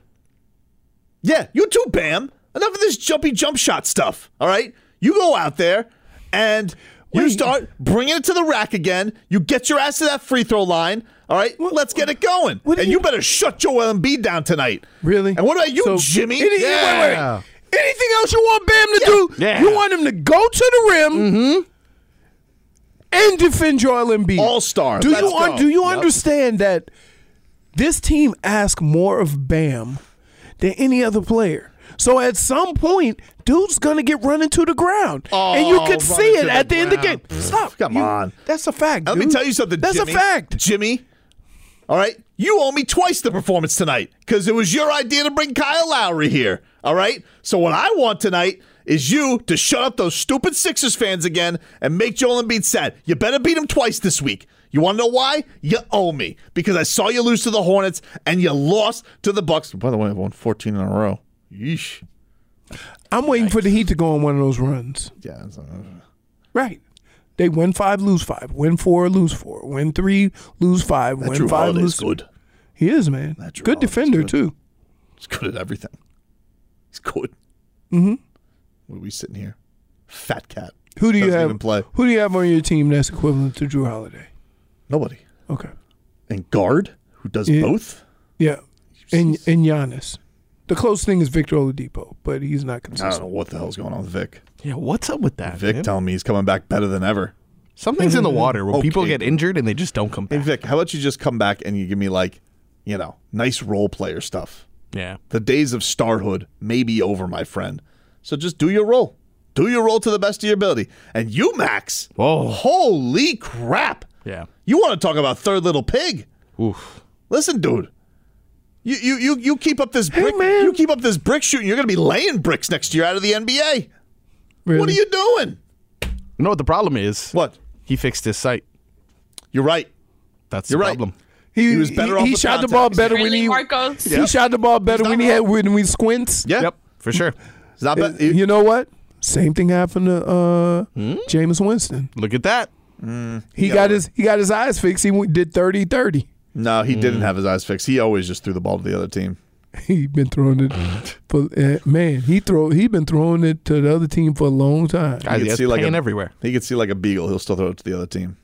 [SPEAKER 3] yeah, you too, Bam. Enough of this jumpy jump shot stuff. All right, you go out there and you start bringing it to the rack again. You get your ass to that free throw line. All right, let's get it going.
[SPEAKER 2] what do
[SPEAKER 3] and you,
[SPEAKER 2] you-
[SPEAKER 3] better shut Joel Embiid down tonight.
[SPEAKER 2] Really?
[SPEAKER 3] And what about you,
[SPEAKER 2] So,
[SPEAKER 3] Jimmy?
[SPEAKER 2] any- wait, wait, wait. Anything else you want Bam to do?
[SPEAKER 4] Yeah.
[SPEAKER 2] You want him to go to the rim
[SPEAKER 3] Mm-hmm.
[SPEAKER 2] and defend Joel Embiid.
[SPEAKER 3] All star.
[SPEAKER 2] Do you un- do you understand that this team asks more of Bam than any other player? So at some point, dude's gonna get run into the ground, and you
[SPEAKER 3] Oh,
[SPEAKER 2] could
[SPEAKER 3] run
[SPEAKER 2] see
[SPEAKER 3] into
[SPEAKER 2] it
[SPEAKER 3] the
[SPEAKER 2] at the end of the game.
[SPEAKER 3] ground.
[SPEAKER 2] Stop!
[SPEAKER 3] Come
[SPEAKER 2] You-
[SPEAKER 3] on.
[SPEAKER 2] that's a fact.
[SPEAKER 3] Let me
[SPEAKER 2] dude.
[SPEAKER 3] tell you something.
[SPEAKER 2] That's
[SPEAKER 3] Jimmy.
[SPEAKER 2] a fact.
[SPEAKER 3] Jimmy. All right, you owe me twice the performance tonight because it was your idea to bring Kyle Lowry here. All right, so what I want tonight is you to shut up those stupid Sixers fans again and make Joel Embiid sad. You better beat him twice this week. You want to know why? You owe me because I saw you lose to the Hornets and you lost to the Bucks. By the way, I've won 14 in a row. Yeesh.
[SPEAKER 2] I'm waiting for the Heat to go on one of those runs.
[SPEAKER 3] Yeah. that's, uh,
[SPEAKER 2] Right. They win five, lose five. Win four, lose four. Win three, lose five.
[SPEAKER 3] That
[SPEAKER 2] win
[SPEAKER 3] Drew
[SPEAKER 2] five,
[SPEAKER 3] Holiday's
[SPEAKER 2] lose.
[SPEAKER 3] good.
[SPEAKER 2] He is man.
[SPEAKER 3] That Drew
[SPEAKER 2] Good
[SPEAKER 3] Holiday's
[SPEAKER 2] defender
[SPEAKER 3] good.
[SPEAKER 2] too.
[SPEAKER 3] He's good at everything. He's good.
[SPEAKER 2] Mhm.
[SPEAKER 3] What are we sitting here? Fat cat.
[SPEAKER 2] Who do you
[SPEAKER 3] Doesn't
[SPEAKER 2] have?
[SPEAKER 3] even play.
[SPEAKER 2] Who do you have on your team that's equivalent to Drew Holiday?
[SPEAKER 3] Nobody.
[SPEAKER 2] Okay.
[SPEAKER 3] And guard who does
[SPEAKER 2] Yeah.
[SPEAKER 3] both.
[SPEAKER 2] Yeah. And and Giannis. The close thing is Victor Oladipo, but he's not
[SPEAKER 3] I don't know
[SPEAKER 2] consistent.
[SPEAKER 3] what the hell's going on with Vic.
[SPEAKER 4] Yeah, what's up with that?
[SPEAKER 3] Vic
[SPEAKER 4] man?
[SPEAKER 3] telling me he's coming back better than ever.
[SPEAKER 4] Something's in
[SPEAKER 2] Mm-hmm.
[SPEAKER 4] the water where people
[SPEAKER 3] Okay.
[SPEAKER 4] get injured and they just don't come
[SPEAKER 3] Hey
[SPEAKER 4] back.
[SPEAKER 3] Vic, how about you just come back and you give me like, you know, nice role player stuff.
[SPEAKER 4] Yeah.
[SPEAKER 3] The days of starhood may be over, my friend. So just do your role. Do your role to the best of your ability. And you, Max.
[SPEAKER 4] Whoa.
[SPEAKER 3] Holy crap.
[SPEAKER 4] Yeah.
[SPEAKER 3] You want to talk about third little pig?
[SPEAKER 4] Oof.
[SPEAKER 3] Listen, dude. You you you you keep up this brick.
[SPEAKER 2] man.
[SPEAKER 3] You keep up this brick shooting. You're going to be laying bricks next year out of the NBA. What are you doing?
[SPEAKER 4] You know what the problem is?
[SPEAKER 3] What?
[SPEAKER 4] He fixed his sight.
[SPEAKER 3] You're right.
[SPEAKER 4] That's
[SPEAKER 3] You're
[SPEAKER 4] the
[SPEAKER 3] right.
[SPEAKER 4] problem.
[SPEAKER 2] He,
[SPEAKER 3] He was better
[SPEAKER 2] he,
[SPEAKER 3] off
[SPEAKER 2] he
[SPEAKER 3] with
[SPEAKER 2] shot the ball
[SPEAKER 3] contact.
[SPEAKER 2] better when
[SPEAKER 5] really
[SPEAKER 2] he
[SPEAKER 5] Marcos.
[SPEAKER 2] he shot the ball better when he had when we squints.
[SPEAKER 3] Yeah.
[SPEAKER 4] Yep, for sure.
[SPEAKER 3] It's not bad. It-
[SPEAKER 2] Uh, You know what? Same thing happened to uh,
[SPEAKER 3] Hmm?
[SPEAKER 2] Jameis Winston.
[SPEAKER 4] Look at that.
[SPEAKER 2] He got his he got his eyes fixed. He went- did 30 30.
[SPEAKER 3] no, he didn't have his eyes fixed. He always just threw the ball to the other team.
[SPEAKER 2] Mm. He been throwing it for uh, man. He throw he been throwing it to the other team for a long time.
[SPEAKER 4] Guys,
[SPEAKER 3] could
[SPEAKER 4] he has
[SPEAKER 3] see like
[SPEAKER 4] pain
[SPEAKER 3] a-
[SPEAKER 4] everywhere.
[SPEAKER 3] He could see like a beagle. He'll still throw it to the other team.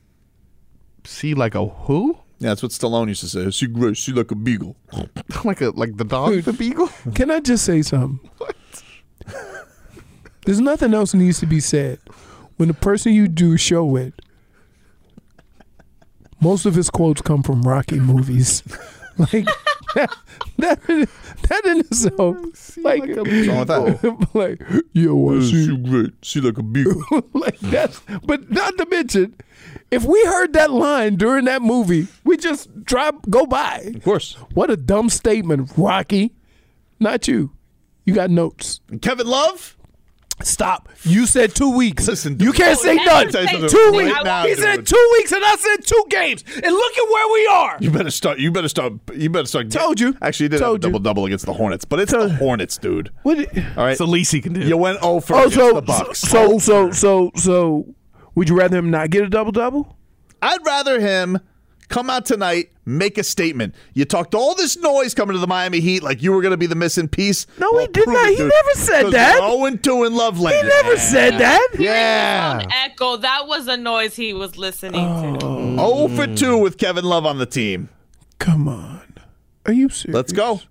[SPEAKER 4] See like a who?
[SPEAKER 3] Yeah, that's what Stallone used to say. See, great, see like a beagle.
[SPEAKER 4] like a like the dog, the beagle.
[SPEAKER 2] Can I just say something? What? There's nothing else needs to be said. When the person you do show with, most of his quotes come from Rocky movies. like that, that, that in itself, like,
[SPEAKER 3] What's wrong with
[SPEAKER 2] Oh.
[SPEAKER 3] that?
[SPEAKER 2] like, yo, I see,
[SPEAKER 3] great. See like a beagle.
[SPEAKER 2] like that's. But not to mention, if we heard that line during that movie, we just drop go by. Of
[SPEAKER 3] course.
[SPEAKER 2] What a dumb statement, Rocky. Not you. You got notes.
[SPEAKER 3] Kevin Love.
[SPEAKER 2] Stop. You said two weeks.
[SPEAKER 3] Listen,
[SPEAKER 2] You can't
[SPEAKER 5] Oh,
[SPEAKER 2] say
[SPEAKER 3] Don't
[SPEAKER 2] none.
[SPEAKER 3] say something
[SPEAKER 2] Two
[SPEAKER 3] right
[SPEAKER 2] weeks.
[SPEAKER 3] now,
[SPEAKER 2] he said
[SPEAKER 3] dude.
[SPEAKER 2] two weeks, and I said two games. And look at where we are.
[SPEAKER 3] You better start. You better start. You better start. Told you. Actually, he did have a
[SPEAKER 2] Told you.
[SPEAKER 3] double double against the Hornets, but it's the Hornets, dude.
[SPEAKER 2] What? All
[SPEAKER 3] right.
[SPEAKER 8] the least he can do.
[SPEAKER 3] You went 0 for
[SPEAKER 2] Oh,
[SPEAKER 3] against
[SPEAKER 2] so
[SPEAKER 3] the Bucks.
[SPEAKER 2] so so so so. Would you rather him not get a double double?
[SPEAKER 3] I'd rather him come out tonight, make a statement. You talked all this noise coming to the Miami Heat like you were going to be the missing piece. No, he did
[SPEAKER 2] not. He never said that.
[SPEAKER 3] Oh, and two in Loveland. He
[SPEAKER 2] never said that.
[SPEAKER 3] Yeah.
[SPEAKER 5] Echo, that was the noise he was listening to.
[SPEAKER 3] Oh for two with Kevin Love on the team.
[SPEAKER 2] Come on. Are you serious?
[SPEAKER 3] Let's go.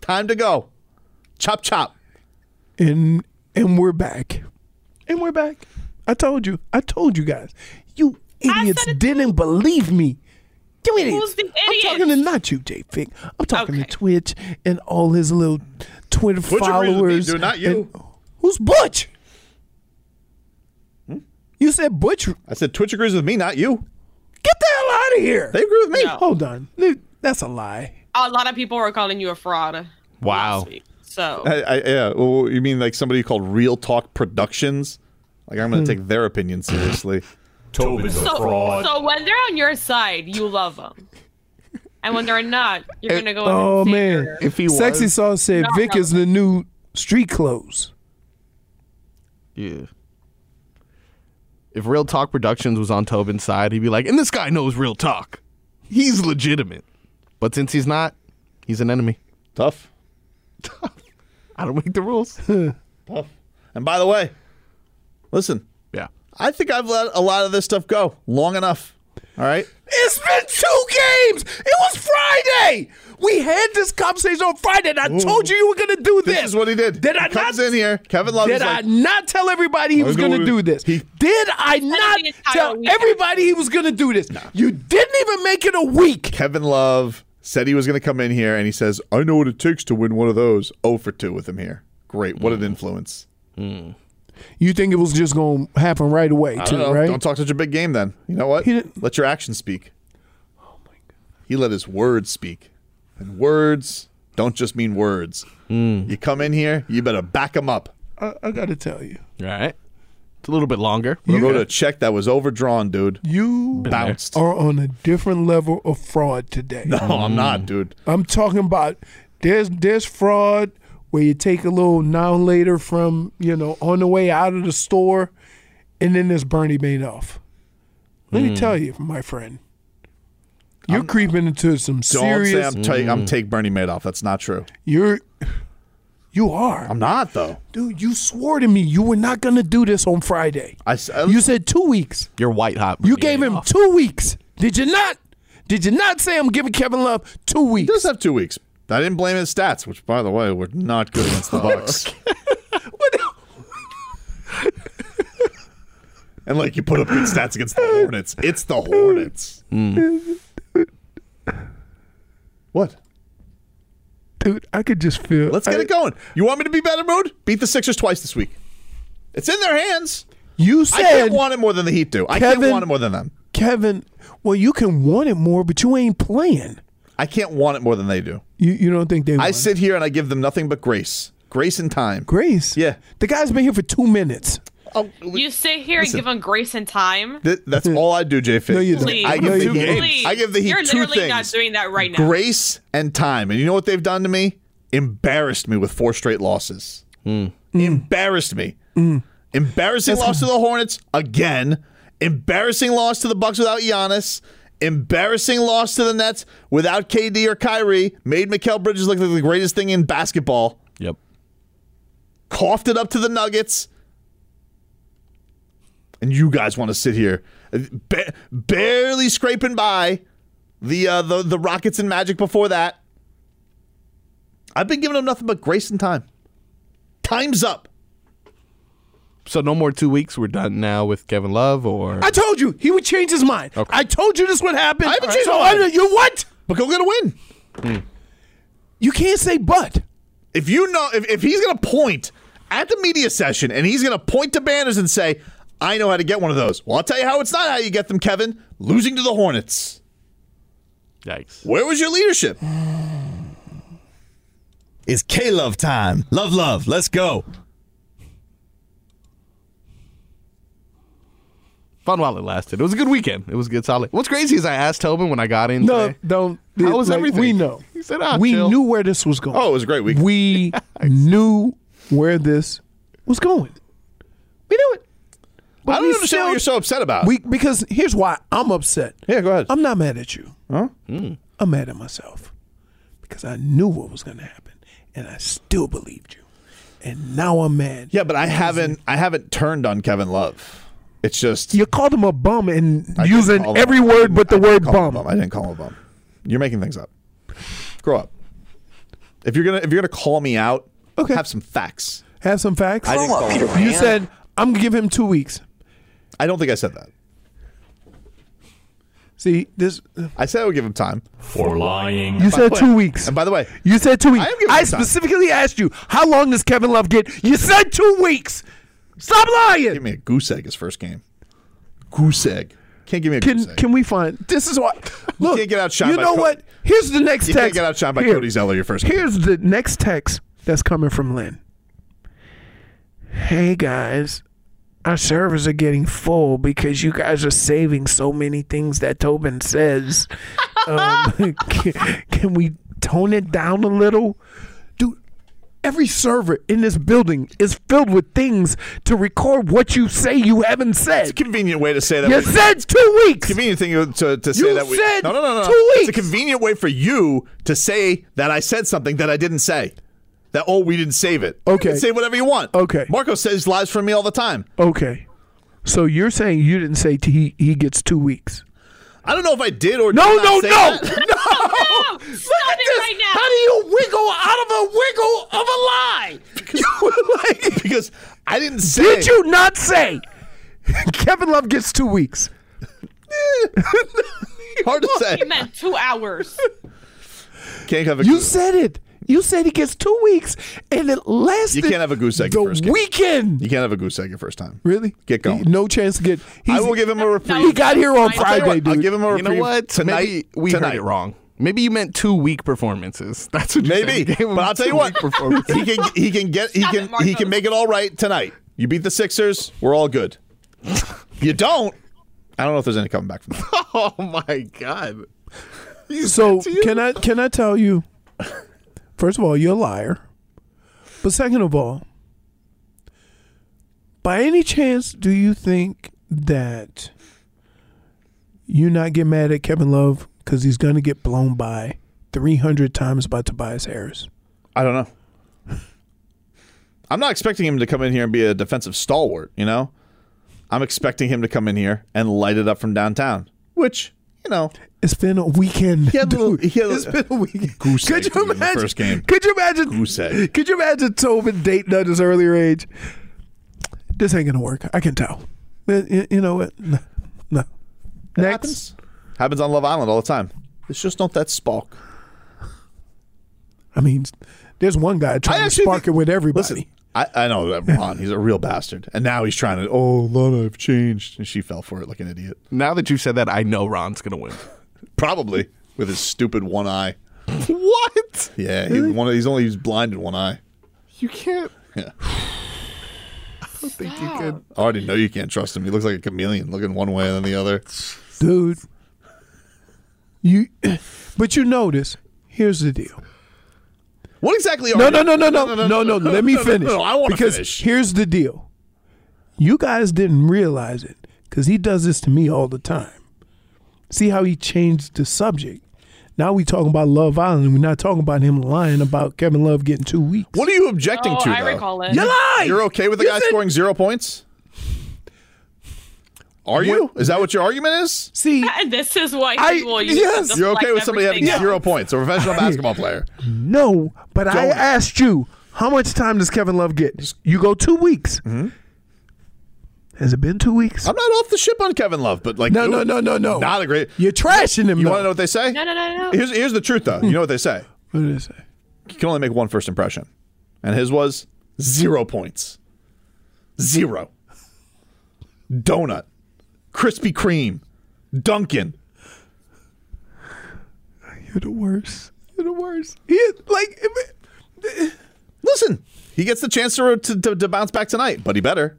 [SPEAKER 3] Time to go. Chop chop.
[SPEAKER 2] And and we're back. And we're back. I told you. I told you guys. You idiots didn't believe me. You idiots.
[SPEAKER 5] Who's the
[SPEAKER 2] I'm
[SPEAKER 5] idiot?
[SPEAKER 2] talking to not you, J Fick. I'm talking to Twitch and all his little Twitter
[SPEAKER 3] Butch agrees with me,
[SPEAKER 2] followers.
[SPEAKER 3] dude, not you.
[SPEAKER 2] and- who's Butch? You said Butch.
[SPEAKER 3] I said Twitch agrees with me, not you.
[SPEAKER 2] Get the hell out of here.
[SPEAKER 3] They agree with me.
[SPEAKER 2] Hold on. That's a lie.
[SPEAKER 5] A lot of people were calling you a fraud.
[SPEAKER 3] Wow.
[SPEAKER 5] So
[SPEAKER 3] I, I, yeah. Well, you mean like somebody called Real Talk Productions? Like I'm
[SPEAKER 2] Hmm.
[SPEAKER 3] going to take their opinion seriously. Tobin's
[SPEAKER 5] so, so when they're on your side, you love them, and when they're not, you're gonna go.
[SPEAKER 2] Oh
[SPEAKER 5] and
[SPEAKER 2] man!
[SPEAKER 4] If he
[SPEAKER 2] sexy
[SPEAKER 4] was-
[SPEAKER 2] sauce said
[SPEAKER 5] Not
[SPEAKER 2] Vic is the new street clothes.
[SPEAKER 4] Yeah. If Real Talk Productions was on Tobin's side, he'd be like, and this guy knows real talk. He's legitimate. But since he's not, he's an enemy.
[SPEAKER 3] Tough.
[SPEAKER 4] I don't make the rules.
[SPEAKER 3] Tough. And by the way, listen.
[SPEAKER 4] Yeah.
[SPEAKER 3] I think I've let a lot of this stuff go long enough. All right.
[SPEAKER 2] It's been two games. It was Friday. We had this conversation on Friday, and I told you you were going to do this.
[SPEAKER 3] This is what he did.
[SPEAKER 2] Did I
[SPEAKER 3] he comes
[SPEAKER 2] not-
[SPEAKER 3] in here. Kevin Love
[SPEAKER 2] Did
[SPEAKER 3] is
[SPEAKER 2] I
[SPEAKER 3] like,
[SPEAKER 2] not tell everybody he
[SPEAKER 3] I
[SPEAKER 2] was
[SPEAKER 3] know
[SPEAKER 2] going
[SPEAKER 3] it-
[SPEAKER 2] to do this?
[SPEAKER 3] he-
[SPEAKER 2] Did I not tell everybody he was going to do this? You didn't even make it a week.
[SPEAKER 3] Kevin Love said he was going to come in here, and he says, "I know what it takes to win one of those." Oh for two with him here. Great. What an influence.
[SPEAKER 2] You think it was just going to happen right away,
[SPEAKER 3] I
[SPEAKER 2] too,
[SPEAKER 3] don't, know.
[SPEAKER 2] right?
[SPEAKER 3] Don't talk such a big game then. You know what? Let your actions speak. Oh my god. He let his words speak. And words don't just mean words. You come in here, you better back them up.
[SPEAKER 2] I, I got to tell you.
[SPEAKER 4] All right. It's a little bit longer.
[SPEAKER 3] You wrote a check that was overdrawn, dude.
[SPEAKER 2] You
[SPEAKER 3] bounced.
[SPEAKER 2] are on a different level of fraud today.
[SPEAKER 3] No, I'm not, dude.
[SPEAKER 2] I'm talking about there's there's fraud where you take a little now and later from you know on the way out of the store, and then there's Bernie Madoff. Let me tell you, my friend, you're creeping into some
[SPEAKER 3] Don't say
[SPEAKER 2] serious.
[SPEAKER 3] I'm, ta- I'm take Bernie Madoff. That's not true.
[SPEAKER 2] you're you are.
[SPEAKER 3] I'm not though.
[SPEAKER 2] Dude, you swore to me you were not gonna do this on Friday.
[SPEAKER 3] I, s- I-
[SPEAKER 2] You said two weeks.
[SPEAKER 4] You're white hot.
[SPEAKER 2] You gave him two weeks. Did you not? Did you not say I'm giving Kevin Love two
[SPEAKER 3] he
[SPEAKER 2] weeks?
[SPEAKER 3] does have two weeks. I didn't blame his stats, which by the way were not good against the Bucks. and like you put up good stats against the Hornets. It's the Hornets. What?
[SPEAKER 2] Dude, I could just feel.
[SPEAKER 3] Let's get
[SPEAKER 2] I-
[SPEAKER 3] it going. You want me to be better mood? Beat the Sixers twice this week. It's in their hands.
[SPEAKER 2] You
[SPEAKER 3] I can't
[SPEAKER 2] said
[SPEAKER 3] want it more than the Heat do. I can't
[SPEAKER 2] Kevin-
[SPEAKER 3] want it more than them.
[SPEAKER 2] Kevin. Well, you can want it more, but you ain't playing.
[SPEAKER 3] I can't want it more than they do.
[SPEAKER 2] You you don't think they?
[SPEAKER 3] I
[SPEAKER 2] want
[SPEAKER 3] sit here and I give them nothing but grace. Grace and time.
[SPEAKER 2] Grace.
[SPEAKER 3] Yeah.
[SPEAKER 2] the guy's been here for two minutes.
[SPEAKER 3] Oh,
[SPEAKER 5] You sit here
[SPEAKER 3] Listen.
[SPEAKER 5] and give them grace and time.
[SPEAKER 3] th- that's all I do, J. Fitz.
[SPEAKER 2] No, you don't.
[SPEAKER 5] Please,
[SPEAKER 3] I give
[SPEAKER 2] No,
[SPEAKER 3] the
[SPEAKER 2] you don't.
[SPEAKER 3] Heat-
[SPEAKER 5] please.
[SPEAKER 3] I give the Heat
[SPEAKER 5] You're
[SPEAKER 3] two
[SPEAKER 5] literally
[SPEAKER 3] things:
[SPEAKER 5] not doing that right now.
[SPEAKER 3] grace and time. And you know what they've done to me? Embarrassed me with four straight losses. Embarrassed me. Embarrassing loss to the Hornets again. Embarrassing loss to the Bucks without Giannis. Embarrassing loss to the Nets without KD or Kyrie. Made Mikael Bridges look like the greatest thing in basketball.
[SPEAKER 4] Yep.
[SPEAKER 3] coughed it up to the Nuggets. And you guys want to sit here, ba- barely scraping by the uh, the the Rockets and Magic before that. I've been giving them nothing but grace and time. Time's up.
[SPEAKER 4] So no more two weeks. We're done now with Kevin Love or.
[SPEAKER 2] I told you he would change his mind. I told you this would happen.
[SPEAKER 3] I haven't changed
[SPEAKER 2] So
[SPEAKER 3] my mind.
[SPEAKER 2] I- you what?
[SPEAKER 3] But go get a win.
[SPEAKER 2] You can't say but.
[SPEAKER 3] If you know, if, if he's going to point at the media session and he's going to point to banners and say, I know how to get one of those. Well, I'll tell you how it's not how you get them, Kevin. Losing to the Hornets.
[SPEAKER 4] Yikes.
[SPEAKER 3] Where was your leadership?
[SPEAKER 8] It's K Love time. Love, love. Let's go.
[SPEAKER 4] Fun while it lasted. It was a good weekend. It was good solid. What's crazy is I asked Tobin when I got in.
[SPEAKER 2] No,
[SPEAKER 4] today,
[SPEAKER 2] don't.
[SPEAKER 4] How was
[SPEAKER 2] like,
[SPEAKER 4] everything?
[SPEAKER 2] We know.
[SPEAKER 4] He said, ah,
[SPEAKER 2] we
[SPEAKER 4] chill.
[SPEAKER 2] knew where this was going.
[SPEAKER 3] Oh, it was a great week.
[SPEAKER 2] We knew where this was going. We knew it.
[SPEAKER 3] I don't
[SPEAKER 2] we
[SPEAKER 3] understand what you're so upset about.
[SPEAKER 2] We because here's why I'm upset.
[SPEAKER 3] Yeah, go ahead.
[SPEAKER 2] I'm not mad at you.
[SPEAKER 3] Huh?
[SPEAKER 4] Hmm.
[SPEAKER 2] I'm mad at myself because I knew what was going to happen and I still believed you. And now I'm mad.
[SPEAKER 3] Yeah, but I haven't. I haven't turned on Kevin Love. It's just
[SPEAKER 2] You called him a bum and
[SPEAKER 3] I didn't
[SPEAKER 2] using
[SPEAKER 3] call him
[SPEAKER 2] every
[SPEAKER 3] a bum.
[SPEAKER 2] word but
[SPEAKER 3] I
[SPEAKER 2] the
[SPEAKER 3] didn't
[SPEAKER 2] word
[SPEAKER 3] call him a
[SPEAKER 2] bum.
[SPEAKER 3] I didn't call him a bum. You're making things up. Grow up. If you're gonna if you're gonna call me out, okay. have some facts.
[SPEAKER 2] Have some facts.
[SPEAKER 3] I didn't call him a bum.
[SPEAKER 2] you said I'm gonna give him two weeks.
[SPEAKER 3] I don't think I said that.
[SPEAKER 2] See this.
[SPEAKER 3] I said I would give him time.
[SPEAKER 9] For lying.
[SPEAKER 2] You said two weeks.
[SPEAKER 3] And by the way,
[SPEAKER 2] You said two weeks.
[SPEAKER 3] I am giving
[SPEAKER 2] I
[SPEAKER 3] him time.
[SPEAKER 2] specifically asked you how long does Kevin Love get? You said two weeks. Stop lying.
[SPEAKER 3] give me a goose egg his first game. Goose egg. Can't give me a goose
[SPEAKER 2] Can
[SPEAKER 3] egg.
[SPEAKER 2] can we find? This is what. Look,
[SPEAKER 3] can't get outshined
[SPEAKER 2] You
[SPEAKER 3] by
[SPEAKER 2] know
[SPEAKER 3] Co-
[SPEAKER 2] what? Here's the next
[SPEAKER 3] You
[SPEAKER 2] text.
[SPEAKER 3] can't get outshined by Cody Zeller your first game.
[SPEAKER 2] Here's the next text that's coming from Lynn. Hey guys, our servers are getting full because you guys are saving so many things that Tobin says. um, can, can we tone it down a little? Dude, every server in this building is filled with things to record what you say you haven't
[SPEAKER 3] It's a
[SPEAKER 2] said.
[SPEAKER 3] convenient way to say that.
[SPEAKER 2] You
[SPEAKER 3] we-
[SPEAKER 2] said two weeks.
[SPEAKER 3] convenient thing to, to say
[SPEAKER 2] You
[SPEAKER 3] that we
[SPEAKER 2] said
[SPEAKER 3] no no no no
[SPEAKER 2] two
[SPEAKER 3] It's
[SPEAKER 2] weeks.
[SPEAKER 3] a convenient way for you to say that I said something that I didn't say. That oh we didn't save it. You
[SPEAKER 2] Okay.
[SPEAKER 3] can say whatever you want.
[SPEAKER 2] Okay.
[SPEAKER 3] Marco says lies for me all the time.
[SPEAKER 2] Okay. So you're saying you didn't say t- he he gets two weeks?
[SPEAKER 3] I don't know if I did or
[SPEAKER 2] No,
[SPEAKER 3] did not
[SPEAKER 2] no,
[SPEAKER 3] say
[SPEAKER 2] no,
[SPEAKER 3] that.
[SPEAKER 2] no!
[SPEAKER 5] Stop it right now.
[SPEAKER 2] How do you wiggle out of a wiggle of a lie? You were like,
[SPEAKER 3] because I didn't say.
[SPEAKER 2] did you not say Kevin Love gets two weeks?
[SPEAKER 3] Hard to say.
[SPEAKER 5] He meant two hours.
[SPEAKER 3] Can't have a
[SPEAKER 2] You
[SPEAKER 3] goose-
[SPEAKER 2] said it. You said he gets two weeks, and it lasted.
[SPEAKER 3] you can't have a goose egg your
[SPEAKER 2] the
[SPEAKER 3] first game.
[SPEAKER 2] weekend.
[SPEAKER 3] You can't have a goose egg your first time.
[SPEAKER 2] Really?
[SPEAKER 3] Get going.
[SPEAKER 2] No chance to get.
[SPEAKER 3] I
[SPEAKER 2] he's-
[SPEAKER 3] will give him a reprieve.
[SPEAKER 2] He got here on
[SPEAKER 5] I'll
[SPEAKER 3] I'll, tell you
[SPEAKER 2] Friday,
[SPEAKER 3] what, I'll
[SPEAKER 2] dude.
[SPEAKER 3] give him a
[SPEAKER 4] You know
[SPEAKER 3] reprieve
[SPEAKER 4] what?
[SPEAKER 3] tonight.
[SPEAKER 4] Maybe we
[SPEAKER 3] tonight.
[SPEAKER 4] heard it wrong. Maybe you meant two weak performances. That's what you said.
[SPEAKER 3] Maybe,
[SPEAKER 4] You gave him
[SPEAKER 3] but I'll tell you what.
[SPEAKER 4] two-week performances.
[SPEAKER 3] He can he can get he
[SPEAKER 5] Stop
[SPEAKER 3] can
[SPEAKER 5] it,
[SPEAKER 3] he can
[SPEAKER 5] Marcos.
[SPEAKER 3] make it all right tonight. You beat the Sixers, we're all good. You don't. I don't know if there's any coming back from that.
[SPEAKER 4] oh my god.
[SPEAKER 2] So can I can I tell you? First of all, you're a liar. But second of all, by any chance, do you think that you not get mad at Kevin Love because he's going to get blown by 300 times by Tobias Harris?
[SPEAKER 3] I don't know. I'm not expecting him to come in here and be a defensive stalwart, you know? I'm expecting him to come in here and light it up from downtown, which, you know,
[SPEAKER 2] It's been a weekend.
[SPEAKER 3] He had a little-
[SPEAKER 2] dude.
[SPEAKER 3] he had a-
[SPEAKER 2] it's been a weekend.
[SPEAKER 3] Goose
[SPEAKER 2] could
[SPEAKER 3] egg
[SPEAKER 2] you
[SPEAKER 3] for me in the
[SPEAKER 2] imagine?
[SPEAKER 3] first game.
[SPEAKER 2] Could you imagine?
[SPEAKER 3] Goose egg.
[SPEAKER 2] Could you imagine Tobin dating at his earlier age? This ain't gonna work. I can tell. Y- y- You know what? No. no.
[SPEAKER 3] it
[SPEAKER 2] Next.
[SPEAKER 3] happens. Happens on Love Island all the time. It's just not that spark.
[SPEAKER 2] I mean, there's one guy trying to spark
[SPEAKER 3] think-
[SPEAKER 2] it with everybody.
[SPEAKER 3] Listen, I, I know that Ron, he's a real bastard. And now he's trying to, oh, Lana, I've changed. And she fell for it like an idiot.
[SPEAKER 4] Now that you said that, I know Ron's gonna win.
[SPEAKER 3] Probably with his stupid one eye.
[SPEAKER 4] what?
[SPEAKER 3] Yeah, he, one of, he's only he's blind in one eye.
[SPEAKER 4] You can't.
[SPEAKER 3] Yeah.
[SPEAKER 4] I think you could.
[SPEAKER 3] I already know you can't trust him. He looks like a chameleon, looking one way and then the other.
[SPEAKER 2] dude. You, but you notice. Here's the deal.
[SPEAKER 3] What exactly are
[SPEAKER 2] No,
[SPEAKER 3] you?
[SPEAKER 2] no, no, no, no, no, no. Let me
[SPEAKER 3] Oh, no, no,
[SPEAKER 2] finish.
[SPEAKER 3] No, I want to
[SPEAKER 2] because
[SPEAKER 3] finish.
[SPEAKER 2] here's the deal. You guys didn't realize it because he does this to me all the time. See how he changed the subject. Now we talking about Love Island. We're not talking about him lying about Kevin Love getting two weeks.
[SPEAKER 3] what are you objecting
[SPEAKER 5] Oh,
[SPEAKER 3] to?
[SPEAKER 5] I
[SPEAKER 3] though?
[SPEAKER 5] recall it.
[SPEAKER 2] You lied.
[SPEAKER 3] You're okay with the
[SPEAKER 2] You
[SPEAKER 3] guy
[SPEAKER 2] said-
[SPEAKER 3] scoring zero points? Are you? Is that what your argument is?
[SPEAKER 2] See,
[SPEAKER 5] And this is why
[SPEAKER 2] I-
[SPEAKER 5] people use
[SPEAKER 2] yes.
[SPEAKER 5] to
[SPEAKER 3] You're okay
[SPEAKER 5] deflect
[SPEAKER 3] with somebody having
[SPEAKER 5] everything
[SPEAKER 3] zero
[SPEAKER 5] else.
[SPEAKER 3] points, a professional basketball player.
[SPEAKER 2] no, but I
[SPEAKER 3] Don't.
[SPEAKER 2] asked you how much time does Kevin Love get? You go two weeks.
[SPEAKER 3] Mm-hmm.
[SPEAKER 2] Has it been two weeks?
[SPEAKER 3] I'm not off the ship on Kevin Love, but like
[SPEAKER 2] no,
[SPEAKER 3] you-
[SPEAKER 2] no, no, no, no.
[SPEAKER 3] not a great.
[SPEAKER 2] You're trashing him.
[SPEAKER 3] You
[SPEAKER 2] though.
[SPEAKER 3] want to know what they say?
[SPEAKER 5] No, no, no, no.
[SPEAKER 3] Here's here's the truth though. You know what they say?
[SPEAKER 2] What did it say?
[SPEAKER 3] you can only make one first impression, and his was zero points, zero. Donut, Krispy Kreme, Dunkin'.
[SPEAKER 2] You're the worst. You're the worst. He like
[SPEAKER 3] Listen, he gets the chance to, to, to, to bounce back tonight, but he better.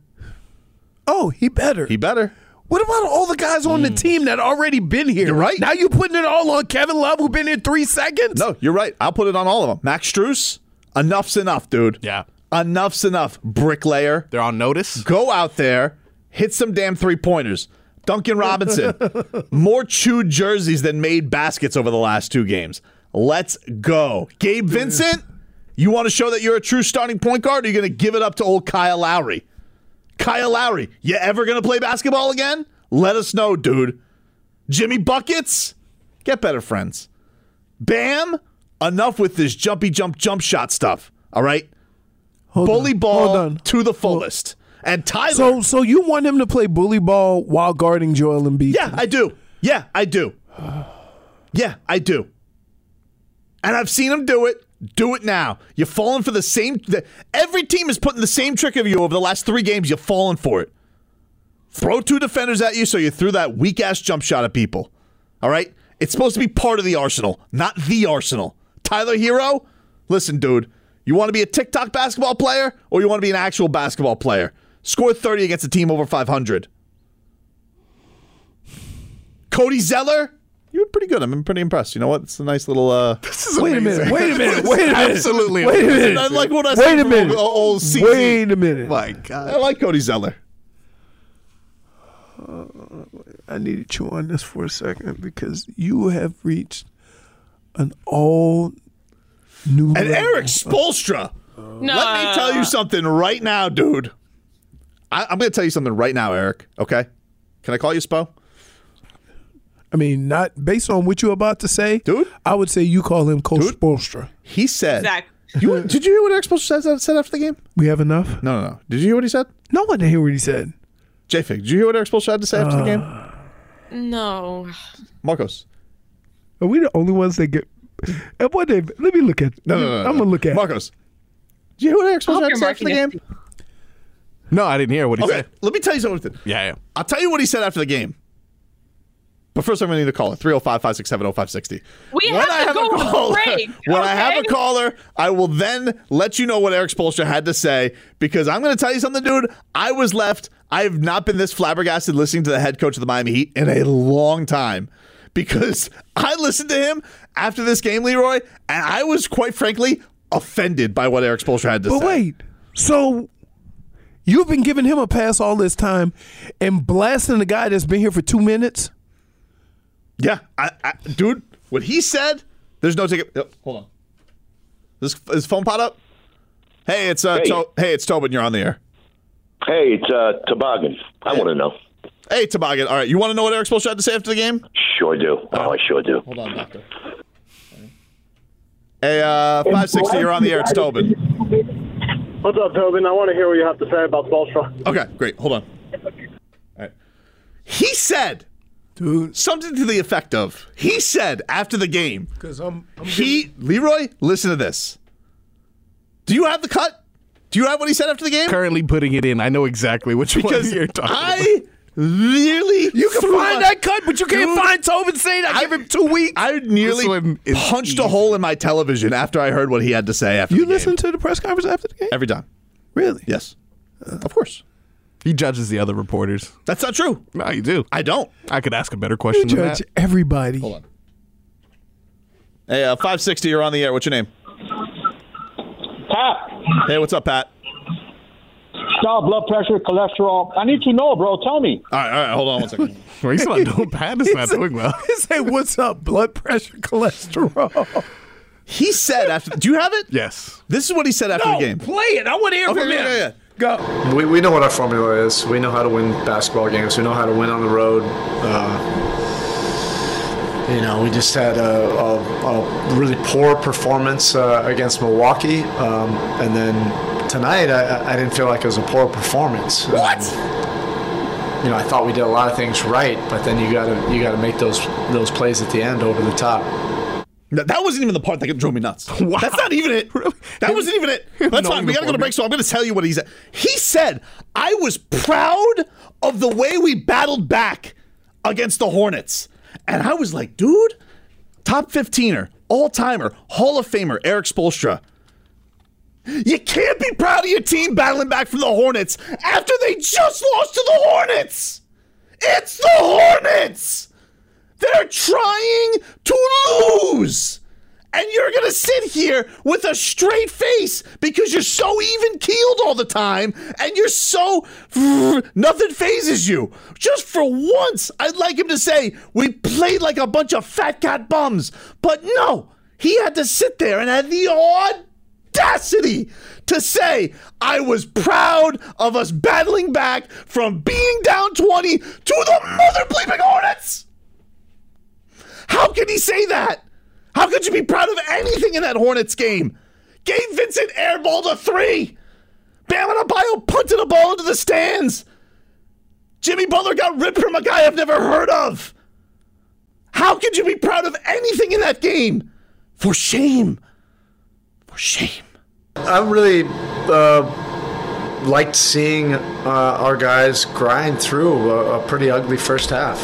[SPEAKER 2] Oh, he better.
[SPEAKER 3] He better.
[SPEAKER 2] What about all the guys on the team that already been here?
[SPEAKER 3] You're right.
[SPEAKER 2] Now you're putting it all on Kevin Love, who been here three seconds.
[SPEAKER 3] No, you're right. I'll put it on all of them. Max Struess, enough's enough, dude.
[SPEAKER 4] Yeah.
[SPEAKER 3] Enough's enough, bricklayer.
[SPEAKER 4] They're on notice.
[SPEAKER 3] Go out there, hit some damn three pointers. Duncan Robinson, more chewed jerseys than made baskets over the last two games. Let's go. Gabe Vincent, you want to show that you're a true starting point guard or are you going to give it up to old Kyle Lowry? Kyle Lowry, you ever going to play basketball again? Let us know, dude. Jimmy Buckets, get better friends. Bam, enough with this jumpy jump jump shot stuff. All right? Bully
[SPEAKER 2] on, hold
[SPEAKER 3] ball
[SPEAKER 2] on.
[SPEAKER 3] to the fullest. And Tyler.
[SPEAKER 2] So, so you want him to play bully ball while guarding Joel Embiid?
[SPEAKER 3] Yeah, I do. Yeah, I do. Yeah, I do. And I've seen him do it. Do it now. You're falling for the same. The, every team is putting the same trick of you over the last three games. You're falling for it. Throw two defenders at you so you threw that weak ass jump shot at people. All right? It's supposed to be part of the arsenal, not the arsenal. Tyler Hero, listen, dude, you want to be a TikTok basketball player or you want to be an actual basketball player? Score 30 against a team over 500. Cody Zeller, you were pretty good. I'm pretty impressed. You know what? It's a nice little. Uh, this
[SPEAKER 2] is Wait a minute, amazing. wait a minute, wait a minute.
[SPEAKER 3] Absolutely.
[SPEAKER 2] Wait a
[SPEAKER 3] amazing.
[SPEAKER 2] minute.
[SPEAKER 3] I like what I
[SPEAKER 2] Wait
[SPEAKER 3] said.
[SPEAKER 2] a
[SPEAKER 3] from
[SPEAKER 2] minute.
[SPEAKER 3] Old, old CZ.
[SPEAKER 2] Wait a minute.
[SPEAKER 4] My God.
[SPEAKER 3] Oh I like Cody Zeller.
[SPEAKER 2] I needed you on this for a second because you have reached an all new
[SPEAKER 3] And
[SPEAKER 2] level.
[SPEAKER 3] Eric Spolstra. Let me tell you something right now, dude. I, I'm going to tell you something right now, Eric. Okay? Can I call you Spo?
[SPEAKER 2] I mean, not based on what you're about to say,
[SPEAKER 3] dude.
[SPEAKER 2] I would say you call him Coach Spolstra.
[SPEAKER 3] He said.
[SPEAKER 5] Exactly.
[SPEAKER 3] You, did you hear what Eric Spolstra said- said after the game?
[SPEAKER 2] We have enough.
[SPEAKER 3] No, no, no. Did you hear what he said?
[SPEAKER 2] No one didn't hear what he said.
[SPEAKER 3] JFig, did you hear what Eric Spolstra had to say after the game?
[SPEAKER 5] No.
[SPEAKER 3] Marcos.
[SPEAKER 2] Are we the only ones that get? And what they? Let me look at.
[SPEAKER 3] No, no, no, no.
[SPEAKER 2] I'm gonna look at.
[SPEAKER 3] Marcos. Did you hear what Eric
[SPEAKER 5] I hope
[SPEAKER 3] Spolstra had
[SPEAKER 5] you're
[SPEAKER 3] to say after the
[SPEAKER 5] marking
[SPEAKER 3] game?
[SPEAKER 5] it.
[SPEAKER 4] No, I didn't hear what he
[SPEAKER 3] Okay,
[SPEAKER 4] said.
[SPEAKER 3] let me tell you something.
[SPEAKER 4] Yeah, yeah.
[SPEAKER 3] I'll tell you what he said after the game. But first, I'm going to need to call oh it 305 567 0560.
[SPEAKER 5] We have to go on break,
[SPEAKER 3] when I have a
[SPEAKER 5] okay?
[SPEAKER 3] caller, I will then let you know what Eric Spolstra had to say because I'm going to tell you something, dude. I was left. I have not been this flabbergasted listening to the head coach of the Miami Heat in a long time because I listened to him after this game, Leroy, and I was quite frankly offended by what Eric Spolstra had to
[SPEAKER 2] But
[SPEAKER 3] say.
[SPEAKER 2] wait, so you've been giving him a pass all this time and blasting the guy that's been here for two minutes?
[SPEAKER 3] Yeah, I, I, dude, what he said, there's no ticket. Yep, hold on. This is phone pot up. Hey, it's uh,
[SPEAKER 9] Hey.
[SPEAKER 3] To- hey, it's Tobin. You're on the air.
[SPEAKER 9] Hey, it's uh, Toboggan. I want to know.
[SPEAKER 3] Hey, Toboggan. All right, you want to know what Eric Spoelstra had to say after the game?
[SPEAKER 9] Sure do. Oh, I sure do.
[SPEAKER 3] Hold on, doctor. Hey, uh, five sixty. You're on the air. It's Tobin.
[SPEAKER 10] What's up, Tobin? I want to hear what you have to say about Spolstra.
[SPEAKER 3] Okay, great. Hold on. All right. He said,
[SPEAKER 2] dude,
[SPEAKER 3] something to the effect of, he said after the game,
[SPEAKER 2] Because I'm, I'm
[SPEAKER 3] he, Leroy, listen to this. Do you have the cut? Do you have what he said after the game?
[SPEAKER 4] Currently putting it in. I know exactly which
[SPEAKER 3] Because
[SPEAKER 4] one you're talking about.
[SPEAKER 3] I nearly
[SPEAKER 2] You can
[SPEAKER 3] threw
[SPEAKER 2] find
[SPEAKER 3] my-
[SPEAKER 2] that cut, but you can't
[SPEAKER 3] Dude,
[SPEAKER 2] find Tobin saying I, give him two weeks.
[SPEAKER 3] I nearly
[SPEAKER 4] This one is
[SPEAKER 3] punched a hole in my television after I heard what he had to say after
[SPEAKER 2] you
[SPEAKER 3] the game.
[SPEAKER 2] listen to the press conference after the game?
[SPEAKER 3] Every time.
[SPEAKER 2] Really?
[SPEAKER 3] Yes.
[SPEAKER 2] Uh.
[SPEAKER 3] of course.
[SPEAKER 4] He judges the other reporters.
[SPEAKER 3] That's not true.
[SPEAKER 4] No, you do.
[SPEAKER 3] I don't.
[SPEAKER 4] I could ask a better
[SPEAKER 2] You
[SPEAKER 4] question than
[SPEAKER 2] judge
[SPEAKER 4] that.
[SPEAKER 2] everybody.
[SPEAKER 3] Hold on. Hey, uh, 560, you're on the air. What's your name? Pat. Hey, what's up, Pat?
[SPEAKER 11] Stop, blood pressure, cholesterol. I need to know, bro. Tell me.
[SPEAKER 3] All right, all right, hold on one second.
[SPEAKER 4] Well, he's not doing bad. It's not doing well.
[SPEAKER 2] He said, what's up, blood pressure, cholesterol?
[SPEAKER 3] he said after. Do you have it?
[SPEAKER 4] Yes.
[SPEAKER 3] This is what he said after the game.
[SPEAKER 2] play it. I want to hear
[SPEAKER 3] Okay, yeah, yeah, yeah.
[SPEAKER 2] Go.
[SPEAKER 12] We, we know what our formula is. We know how to win basketball games. We know how to win on the road. Uh, you know, we just had a, a, a really poor performance uh, against Milwaukee, um, and then tonight I, I- I didn't feel like it was a poor performance. What? you know, I thought we did a lot of things right, but then you gotta you gotta make those those plays at the end over the top.
[SPEAKER 10] No, that wasn't even the part that drove me nuts. That's not even it. That wasn't even it. That's
[SPEAKER 3] Knowing
[SPEAKER 10] fine. We gotta go to
[SPEAKER 3] beforehand.
[SPEAKER 10] break. So I'm gonna tell you what he said. He said, "I was proud of the way we battled back against the Hornets," and I was like, "Dude, top 15er, all timer, Hall of Famer, Eric Spolstra." You can't be proud of your team battling back from the Hornets after they just lost to the Hornets. It's the Hornets. They're trying to lose. And you're going to sit here with a straight face because you're so even keeled all the time and you're so. Nothing phases you. Just for once, I'd like him to say, We played like a bunch of fat cat bums. But no, he had to sit there and had the audacity to say, I was proud of us battling back from being down 20 to the mother bleeping Hornets. How can he say that? How could you be proud of anything in that Hornets game? Gabe Vincent airballed a three. Bam Adebayo punted a ball into the stands. Jimmy Butler got ripped from a guy I've never heard of. How could you be proud of anything in that game? For shame. For shame.
[SPEAKER 12] I really uh, liked seeing uh, our guys grind through a, a pretty ugly first half.